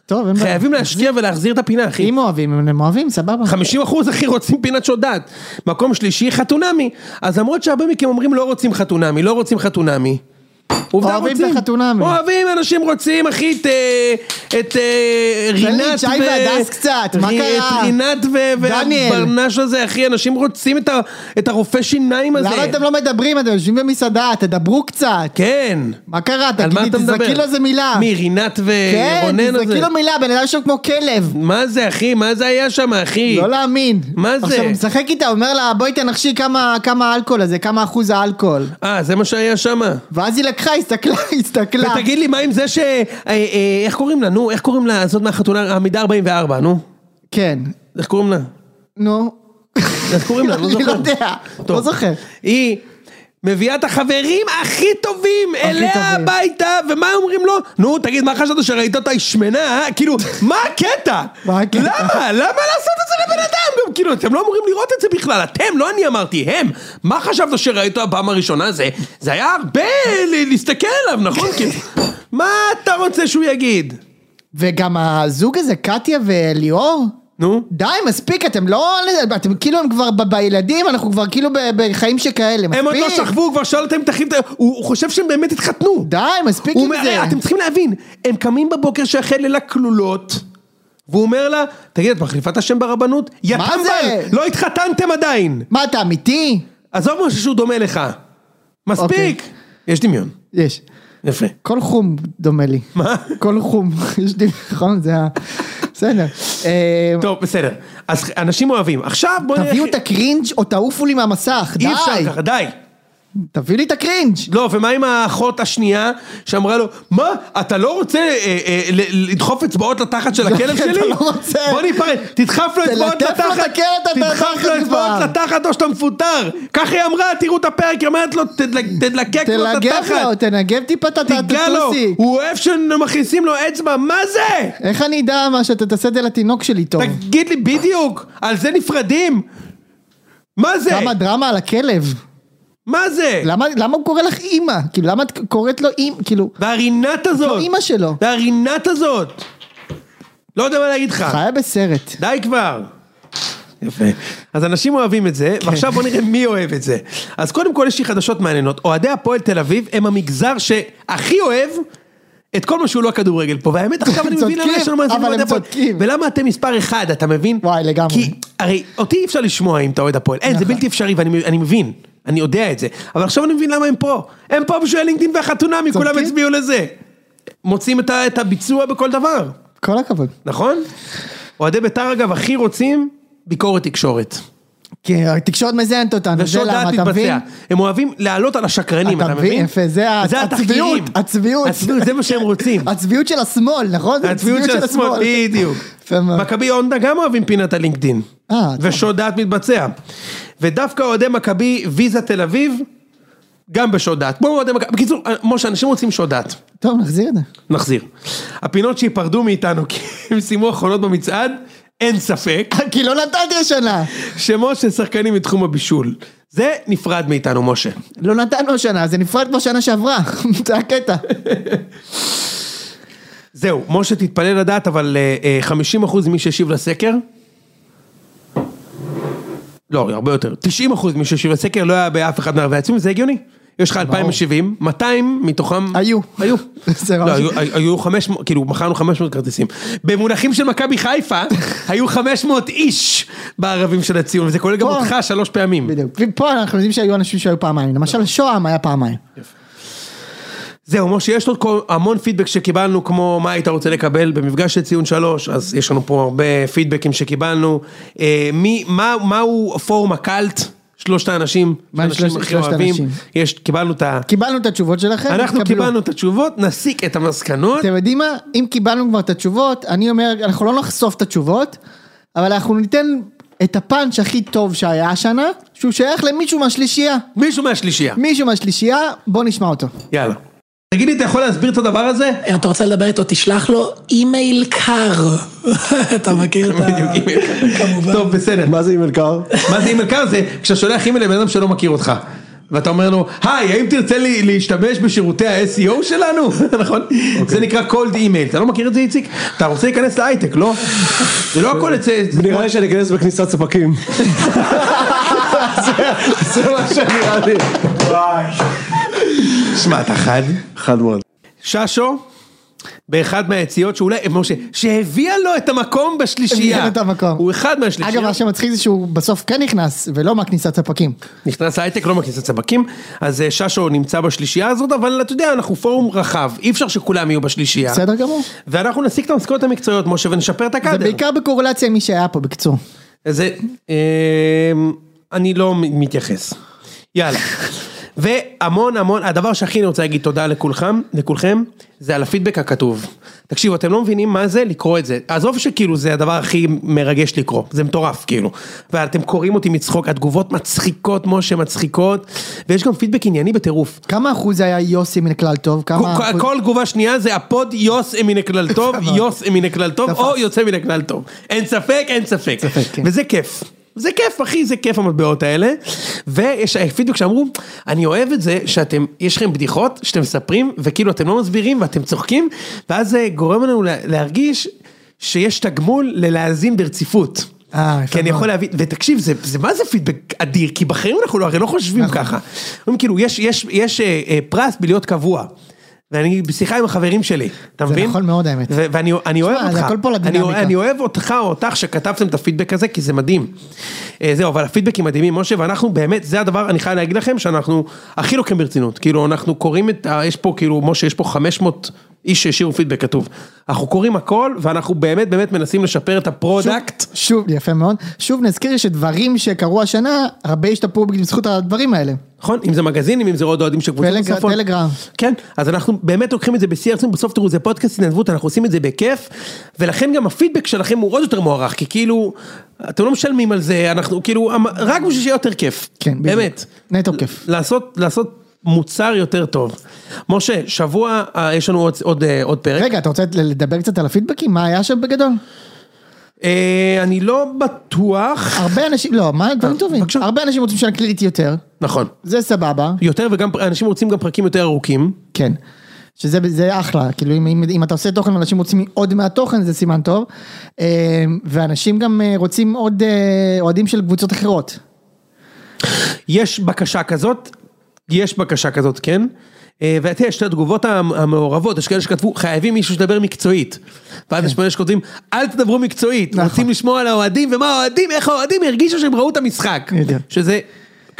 טוב, אין בעיה. חייבים להשקיע ולהחזיר את הפינה, אחי. אם אוהבים, אם הם אוהבים, סבבה. 50 אחוז הכי רוצים פינת שודד. מקום שלישי, חתונמי. אז למרות שהרבה מכם אומרים לא רוצים חתונמי, לא רוצים חתונמי. עובדה אוהבים את רוצים. החתונמי. אוהבים, אנשים רוצים, אחי, את, אה, את אה, לי רינת את שי והדס קצת, מה רי- קרה? את רינת ו- דניאל. והברנש הזה, אחי, אנשים רוצים את, ה... את הרופא שיניים הזה. למה אתם לא מדברים? אתם יושבים במסעדה, תדברו קצת. כן. מה קרה? על מה אתה תגידי, מדבר? תזרקי לו איזה מילה. מי, רינת כן, ורונן הזה? תזרקי לו מילה, בן אדם שם כמו כלב. מה זה, אחי? מה זה היה שם, אחי? לא להאמין. מה זה? עכשיו הוא משחק איתה, אומר לה, בואי תנחשי כמה כמה אלכוהול הזה, כמה אחוז האלכוהול. אה, זה מה שהיה שם? ואז היא לקחה, הסתכלה, הסתכלה. ותגיד לי, מה עם זה ש... אה, אה, איך קוראים לה? נו, איך קוראים לה? זאת מהחתונה, המידה 44, נו. כן. איך קוראים לה? נו. איך קוראים לה? לא אני זוכר. לא יודע. טוב. לא זוכר. היא מביאה את החברים הכי טובים אליה טובים. הביתה, ומה אומרים לו? נו, תגיד, מה חשבת שראית אותה היא שמנה, אה? כאילו, מה הקטע? מה הקטע? למה? למה לעשות את זה לבן אדם? גם כאילו, אתם לא אמורים לראות את זה בכלל. אתם, לא אני אמרתי, הם. מה חשבת שראית בפעם הראשונה? זה זה היה הרבה ל- להסתכל עליו, נכון? כאילו, מה אתה רוצה שהוא יגיד? וגם הזוג הזה, קטיה וליאור, נו? די, מספיק, אתם לא... אתם כאילו, הם כבר ב- בילדים, אנחנו כבר כאילו ב- בחיים שכאלה, מספיק. הם עוד לא שכבו, הוא כבר שאל אותם את אחים, הוא הוא חושב שהם באמת התחתנו. די, מספיק הוא עם אומר, זה. "אה, אתם צריכים להבין, הם קמים בבוקר שאחרי לילה כלולות, והוא אומר לה, תגיד, את מחליפה את השם ברבנות? יא מה טמבל, זה? לא התחתנתם עדיין. מה, אתה אמיתי? עזוב משהו שהוא דומה לך. מספיק. אוקיי. יש דמיון. יש. יפה. כל חום דומה לי. מה? כל חום. [LAUGHS] יש לי, נכון? זה ה... בסדר. אה, טוב, בסדר. אז אנשים אוהבים. עכשיו בוא נלך- תביאו את הקרינג' או תעופו לי מהמסך, די. אי אפשר ככה, די. תביאו לי את הקרינג'. לא, ומה עם האחות השנייה שאמרה לו, מה, אתה לא רוצה אה, אה, ל- לדחוף אצבעות לתחת של הכלב אתה שלי? לא רוצה. בוא ניפרד, תדחף לו אצבעות תלטף לו את לתחת, הקלט, אתה תדחף תחת לו אצבעות כבר. לתחת או שאתה מפוטר. ככה היא אמרה, תראו את הפרק, היא אומרת לו, "תדל- תדלקק לו את תנגב התחת. לו, תנגב טיפה את תיגע לו, הטוסיק. הוא אוהב שמכניסים לו אצבע, מה זה? איך אני אדע מה שאתה תעשה את זה לתינוק שלי טוב? תגיד לי בדיוק, על זה נפרדים? מה זה? כמה דרמה על הכלב. מה זה? למה למה הוא קורא לך אימא? כאילו, למה את קוראת לו אימא? כאילו, והרינת הזאת. לא, אימא שלו. והרינת הזאת. לא יודע מה להגיד לך. חיה בסרט. די כבר. יפה. אז אנשים אוהבים את כן. זה, ועכשיו בוא נראה מי אוהב את זה. אז קודם כל יש לי חדשות מעניינות. אוהדי הפועל תל אביב הם המגזר שהכי אוהב את כל מה שהוא לא הכדורגל פה, [LAUGHS] והאמת עכשיו אני מבין למה צודקים, יש לנו מאזינים אבל אוהדי הם הפועל. צודקים. ולמה אתם מספר אחד, אתה מבין? וואי, לגמרי. נכון. כי הרי אותי אי אפשר לשמוע אם אתה אוהד הפועל, אין, זה בלתי אפשרי ואני אני מבין. אני יודע את זה, אבל עכשיו אני מבין למה הם פה, הם פה בשביל הלינקדאין והחתונמי, כולם צודקים. הצביעו לזה. מוצאים את ה- את הביצוע בכל דבר. כל הכבוד. נכון? אוהדי בית"ר אגב הכי רוצים ביקורת תקשורת. כי התקשורת מזיינת אותנו, זה ושוד דעת למה, אתה מבין? מתבצע. הם אוהבים לעלות על השקרנים, אתה אתה מבין? מבין? יפה, זה ה- התחקירים. הצביעות, הצביעות. הצביעות, זה מה שהם [LAUGHS] רוצים. הצביעות של השמאל, נכון? זה הצביעות של השמאל, בדיוק. [LAUGHS] יפה מאוד. מכבי הונדה גם אוהבים פינת הלינקדין. אה, טוב. ושוד דעת מתבצע. ודווקא אוהדי מכבי ויזה תל אביב, גם בשוד דעת. כמו אוהדי מכבי, בקיצור, אה, משה, אנשים רוצים שוד דעת. טוב, נחזיר את זה. [LAUGHS] נחזיר. הפינות שייפרדו מאיתנו [LAUGHS] כי הם סיימו אחרונות במצעד, אין ספק. כי לא נתתי השנה. שמות של שחקנים מתחום הבישול. זה נפרד מאיתנו, משה. לא נתנו השנה, זה נפרד כבר שנה שעברה. [LAUGHS] זה הקטע. זהו, משה תתפלא לדעת, אבל אה, אה, 50% ממי שהשיב לסקר... לא, הרבה יותר. 90% ממי שהשיב לסקר לא היה באף אחד מערבי עצמי, זה הגיוני. יש לך 2,070, 200 מתוכם... היו. [LAUGHS] היו. זה לא, ממש- היו, היו- היו 500, כאילו מכרנו 500 כרטיסים. במונחים של מכבי [LAUGHS] חיפה, היו 500 איש בערבים של הציון, וזה כולל גם וואו. אותך שלוש פעמים. בדיוק. ופה אנחנו יודעים שהיו אנשים שהיו פעמיים. למשל שוהם היה פעמיים. זהו, משה, יש עוד כל- המון פידבק שקיבלנו, כמו מה היית רוצה לקבל במפגש של ציון שלוש, אז יש לנו פה הרבה פידבקים שקיבלנו. אה, מי, מה, מהו פורום הקאלט? שלושת האנשים, מה האנשים שלושת- הכי שלושת אוהבים. האנשים? יש, קיבלנו את ה... קיבלנו את התשובות שלכם, אנחנו תקבלו. קיבלנו את התשובות, נסיק את המסקנות. אתם יודעים מה? אם קיבלנו כבר את התשובות, אני אומר, אנחנו לא נחשוף את התשובות, אבל אנחנו ניתן את הפאנץ' הכי טוב שהיה השנה, שהוא שייך למישהו מהשלישייה. מישהו מהשלישייה, מישהו מהשלישייה, בוא נשמע אותו. יאללה. תגיד לי, אתה יכול להסביר את הדבר הזה? אתה רוצה לדבר איתו, תשלח לו אימייל קר. [LAUGHS] אתה מכיר את ה... בדיוק, אימייל קר. כמובן. טוב, בסדר. מה זה אימייל קר? מה זה אימייל קר? זה כשאתה שולח אימייל לבן אדם שלא מכיר אותך. ואתה אומר לו, היי, האם תרצה לי להשתמש בשירותי ה-SEO שלנו? [LAUGHS] נכון? אוקיי. זה נקרא cold email. אתה לא מכיר את זה, איציק? אתה רוצה להיכנס להייטק, לא? זה לא הכל אצל... [LAUGHS] נראה לי שאני אכנס [LAUGHS] בכניסת ספקים. זה- זה מה שנראה לי. [LAUGHS] שמע, אתה חד. חד מאוד. ששו, באחד מהיציאות שאולי, משה, שהביאה לו את המקום בשלישייה. הביא לו את המקום. הוא אחד מהשלישייה. אגב, מה שמצחיק זה שהוא בסוף כן נכנס, ולא מהכניסת ספקים. נכנס להייטק, לא מכניס לצבקים, אז אה, ששו נמצא בשלישייה הזאת, אבל אתה יודע, אנחנו פורום רחב, אי אפשר שכולם יהיו בשלישייה. בסדר גמור. ואנחנו נסיק את המסקנות המקצועיות, משה, ונשפר את זה הקאדר. בעיקר בקורלציה עם מי שהיה פה, בקיצור. זה... אמ, אני לא מ- מתייחס. יאללה. והמון המון, הדבר שהכי אני רוצה להגיד תודה לכולכם, לכולכם, זה על הפידבק הכתוב. תקשיבו, אתם לא מבינים מה זה לקרוא את זה. עזוב שכאילו זה הדבר הכי מרגש לקרוא, זה מטורף כאילו. ואתם קוראים אותי מצחוק, התגובות מצחיקות, משה, מצחיקות, ויש גם פידבק ענייני בטירוף. כמה אחוז היה יוסי מן הכלל טוב? כמה כל- אחוז? כל תגובה שנייה זה הפוד יוס מן הכלל טוב, יוס מן הכלל טוב, תפס. או יוצא מן הכלל טוב. אין ספק, אין ספק. לא ספק, כן. וזה כיף. זה כיף, אחי, זה כיף המטבעות האלה. ויש פידבק שאמרו, אני אוהב את זה שאתם, יש לכם בדיחות שאתם מספרים, וכאילו אתם לא מסבירים ואתם צוחקים, ואז זה גורם לנו לה- להרגיש שיש תגמול ללהאזין ברציפות. אה, יפה כי אני מאוד. יכול להבין, ותקשיב, זה, זה מה זה פידבק אדיר, כי בחיים אנחנו לא, הרי לא חושבים נכון. ככה. אומרים כאילו, יש, יש, יש אה, אה, פרס בלהיות קבוע. ואני בשיחה עם החברים שלי, אתה זה מבין? נכון מאוד, האמת. ו- ואני אני אוהב זה אותך. הכל פה אני- לדינמיקה. אני אוהב אותך או אותך שכתבתם את הפידבק הזה, כי זה מדהים. אה, זהו, אבל הפידבקים מדהימים, משה, ואנחנו באמת, זה הדבר, אני חייב להגיד לכם, שאנחנו הכי לוקחים ברצינות. כאילו, אנחנו קוראים את, ה- יש פה, כאילו, משה, יש פה 500 איש שהשאירו פידבק כתוב. אנחנו קוראים הכל, ואנחנו באמת באמת מנסים לשפר את הפרודקט. שוב, יפה מאוד. שוב נזכיר שדברים שקרו השנה, הרבה השתפרו בזכות הדברים האלה. נכון? אם זה מגזינים, אם זה עוד אוהדים של קבוצות טלגרם, נוספות. טלגרם. כן, אז אנחנו באמת לוקחים את זה בשיא הרצינות, בסוף תראו, זה פודקאסט התנדבות, אנחנו עושים את זה בכיף, ולכן גם הפידבק שלכם הוא עוד יותר מוערך, כי כאילו, אתם לא משלמים על זה, אנחנו כאילו, המ- רק בשביל שיהיה יותר כיף. כן, בדיוק. באמת. נטו כיף. לעשות, לעשות מוצר יותר טוב. משה, שבוע, אה, יש לנו עוד, עוד, אה, עוד פרק. רגע, אתה רוצה לדבר קצת על הפידבקים? מה היה שם בגדול? אה, אני לא בטוח, הרבה אנשים, לא, מה, דברים טובים. בבקשה. הרבה אנשים רוצים שנקליט יותר, נכון, זה סבבה, יותר וגם, אנשים רוצים גם פרקים יותר ארוכים. כן. שזה זה אחלה, כאילו אם, אם, אם אתה עושה תוכן ואנשים רוצים עוד מהתוכן זה סימן טוב. אה, ואנשים גם אה, רוצים עוד אה, אוהדים של קבוצות אחרות. יש בקשה כזאת, יש בקשה כזאת, כן? אה, ואתה יודע, שתי התגובות המ- המעורבות, יש כאלה שכתבו, חייבים מישהו שתדבר מקצועית. ואז יש כאלה שכותבים, אל תדברו מקצועית, כן. נכון. רוצים לשמוע על האוהדים, ומה האוהדים, איך האוהדים הרגישו שהם ראו את המשחק. בדיוק. שזה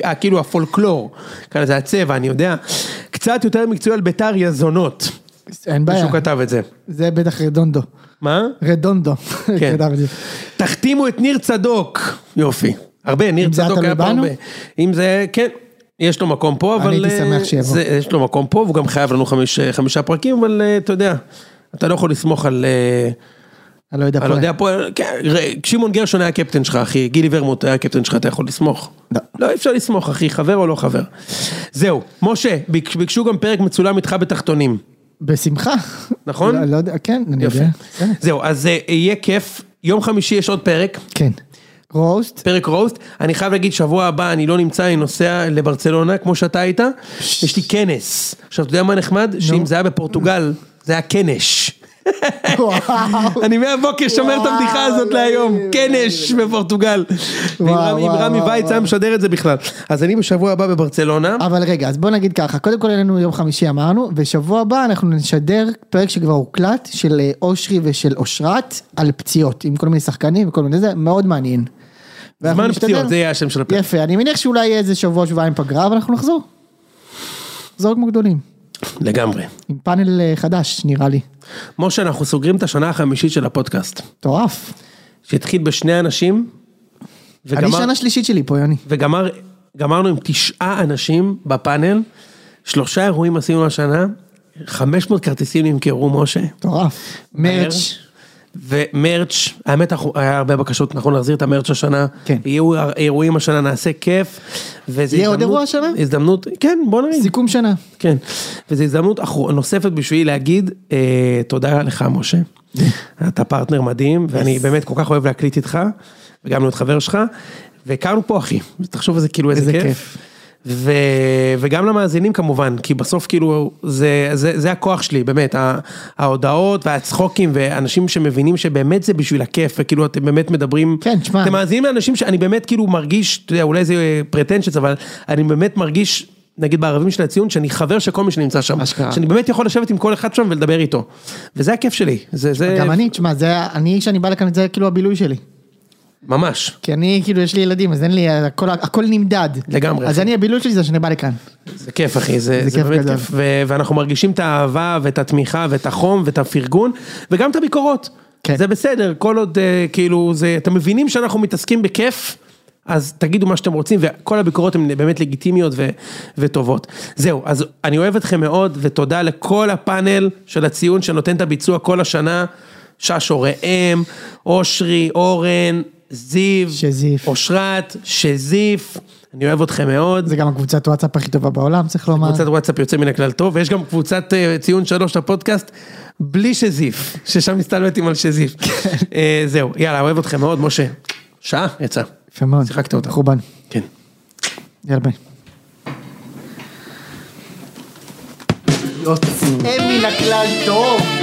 אה, כאילו הפולקלור, כאלה זה הצבע, אני יודע. קצת יותר מקצועי על ביתר יזונות, אין בעיה, מישהו כתב את זה. זה בטח רדונדו. מה? רדונדו. [LAUGHS] כן. כתב את זה. תחתימו את ניר צדוק. יופי. הרבה, ניר אם זה היה צדוק תלוי היה פה בנו? הרבה. אם זה, כן. יש לו מקום פה, אבל... הייתי אה, שמח שיבוא. זה, יש לו מקום פה, והוא גם חייב לנו חמיש, חמישה פרקים, אבל אה, אתה יודע, אתה לא יכול לסמוך על... אה, אני לא יודע אני פה. לא יודע פה, כן, ראה, שמעון גרשון היה הקפטן שלך אחי, גילי ורמוט היה הקפטן שלך, אתה יכול לסמוך. לא. לא אי אפשר לסמוך אחי, חבר או לא חבר. זהו, משה, ביק- ביקשו גם פרק מצולם איתך בתחתונים. בשמחה. נכון? לא, לא יודע, כן, אני יפה. יודע. כן. זהו, אז אה, יהיה כיף, יום חמישי יש עוד פרק. כן. רוסט, פרק רוסט, אני חייב להגיד שבוע הבא אני לא נמצא, אני נוסע לברצלונה כמו שאתה היית, יש לי כנס. עכשיו אתה יודע מה נחמד? שאם זה היה בפורטוגל, זה היה כנש. וואו. אני מהבוקר שומר את הבדיחה הזאת להיום, כנש בפורטוגל. ואם וואו, רמי- אם וואו, רמי וואו, אה. וייץ היה וואו. משדר את זה בכלל. אז אני בשבוע הבא בברצלונה, אבל רגע, אז בוא נגיד ככה, קודם כל אלינו יום חמישי אמרנו, ושבוע הבא אנחנו נשדר פרק שכבר הוקלט, של אה, אושרי ושל אושרת, על פציעות, עם כל מיני שחקנים וכל מיני זה, מאוד מעניין. ואנחנו זמן נשתדל- פציעות, זה יהיה השם של הפרק. יפה, אני מניח שאולי יהיה איזה שבוע, שבועיים פגרה, אבל אנחנו נחזור. נחזור כמו גדולים. לגמרי. עם פאנל אה, חדש, נראה לי. משה, אנחנו סוגרים את השנה החמישית של הפודקאסט, מטורף. שהתחיל בשני אנשים, אני וגמר, שנה שלישית שלי פה, יוני. וגמר, גמרנו עם תשעה אנשים בפאנל, שלושה אירועים עשינו השנה, 500 כרטיסים נמכרו, משה. מטורף. מרץ'. ומרץ', האמת אנחנו- היה הרבה בקשות, נכון להחזיר את המרץ' השנה, כן. יהיו אירועים השנה, נעשה כיף, וזה יהיה עוד הזדמנות- אירוע השנה? הזדמנות, כן, בוא נראה, סיכום שנה. כן, וזו הזדמנות אחר- נוספת בשבילי להגיד אה, תודה לך [LAUGHS] משה, אתה פרטנר מדהים, ואני באמת כל כך אוהב להקליט איתך, וגם להיות חבר שלך, והכרנו פה אחי, תחשוב איזה כאילו איזה איזה כיף. כיף. ו... וגם למאזינים כמובן, כי בסוף כאילו זה, זה, זה הכוח שלי, באמת, ה- ההודעות והצחוקים ואנשים שמבינים שבאמת זה בשביל הכיף, וכאילו אתם באמת מדברים, כן, תשמע. אתם מאזינים לאנשים שאני באמת כאילו מרגיש, אתה יודע, אולי זה פרטנצ'ס, אבל אני באמת מרגיש, נגיד בערבים של הציון, שאני חבר של כל מי שנמצא שם, אשכרה. שאני באמת יכול לשבת עם כל אחד שם ולדבר איתו, וזה הכיף שלי, זה, זה, גם אני, תשמע, זה היה- אני, כשאני בא לכאן, זה כאילו הבילוי שלי. ממש, כי אני, כאילו, יש לי ילדים, אז אין לי, הכל- הכל נמדד. לגמרי. אז אני, הבילוי שלי זה שאני בא לכאן. זה כיף אחי, זה, זה, זה זה כיף באמת גדול. כיף, ו- ואנחנו מרגישים את האהבה ואת התמיכה ואת החום ואת הפרגון וגם את הביקורות, כן. זה בסדר, כל עוד אה, כאילו, זה, אתם מבינים שאנחנו מתעסקים בכיף, אז תגידו מה שאתם רוצים וכל הביקורות הן באמת לגיטימיות ו- וטובות. זהו, אז אני אוהב אתכם מאוד ותודה לכל הפאנל של הציון שנותן את הביצוע כל השנה, ששו ראם, אושרי, אורן, זיו, שזיף. אושרת, שזיף, אני אוהב אתכם מאוד. זה גם הקבוצת וואטסאפ הכי טובה בעולם, צריך לומר. קבוצת וואטסאפ יוצא מן הכלל טוב, ויש גם קבוצת אה, ציון שלוש לפודקאסט, בלי שזיף, ששם הסתלבטים על שזיף. אה, זהו, יאללה, אוהב אתכם מאוד, משה. שעה, יצא. יפה מאוד. שיחקת אותה. חורבן. כן. יאללה ביי. יוצא מן הכלל טוב.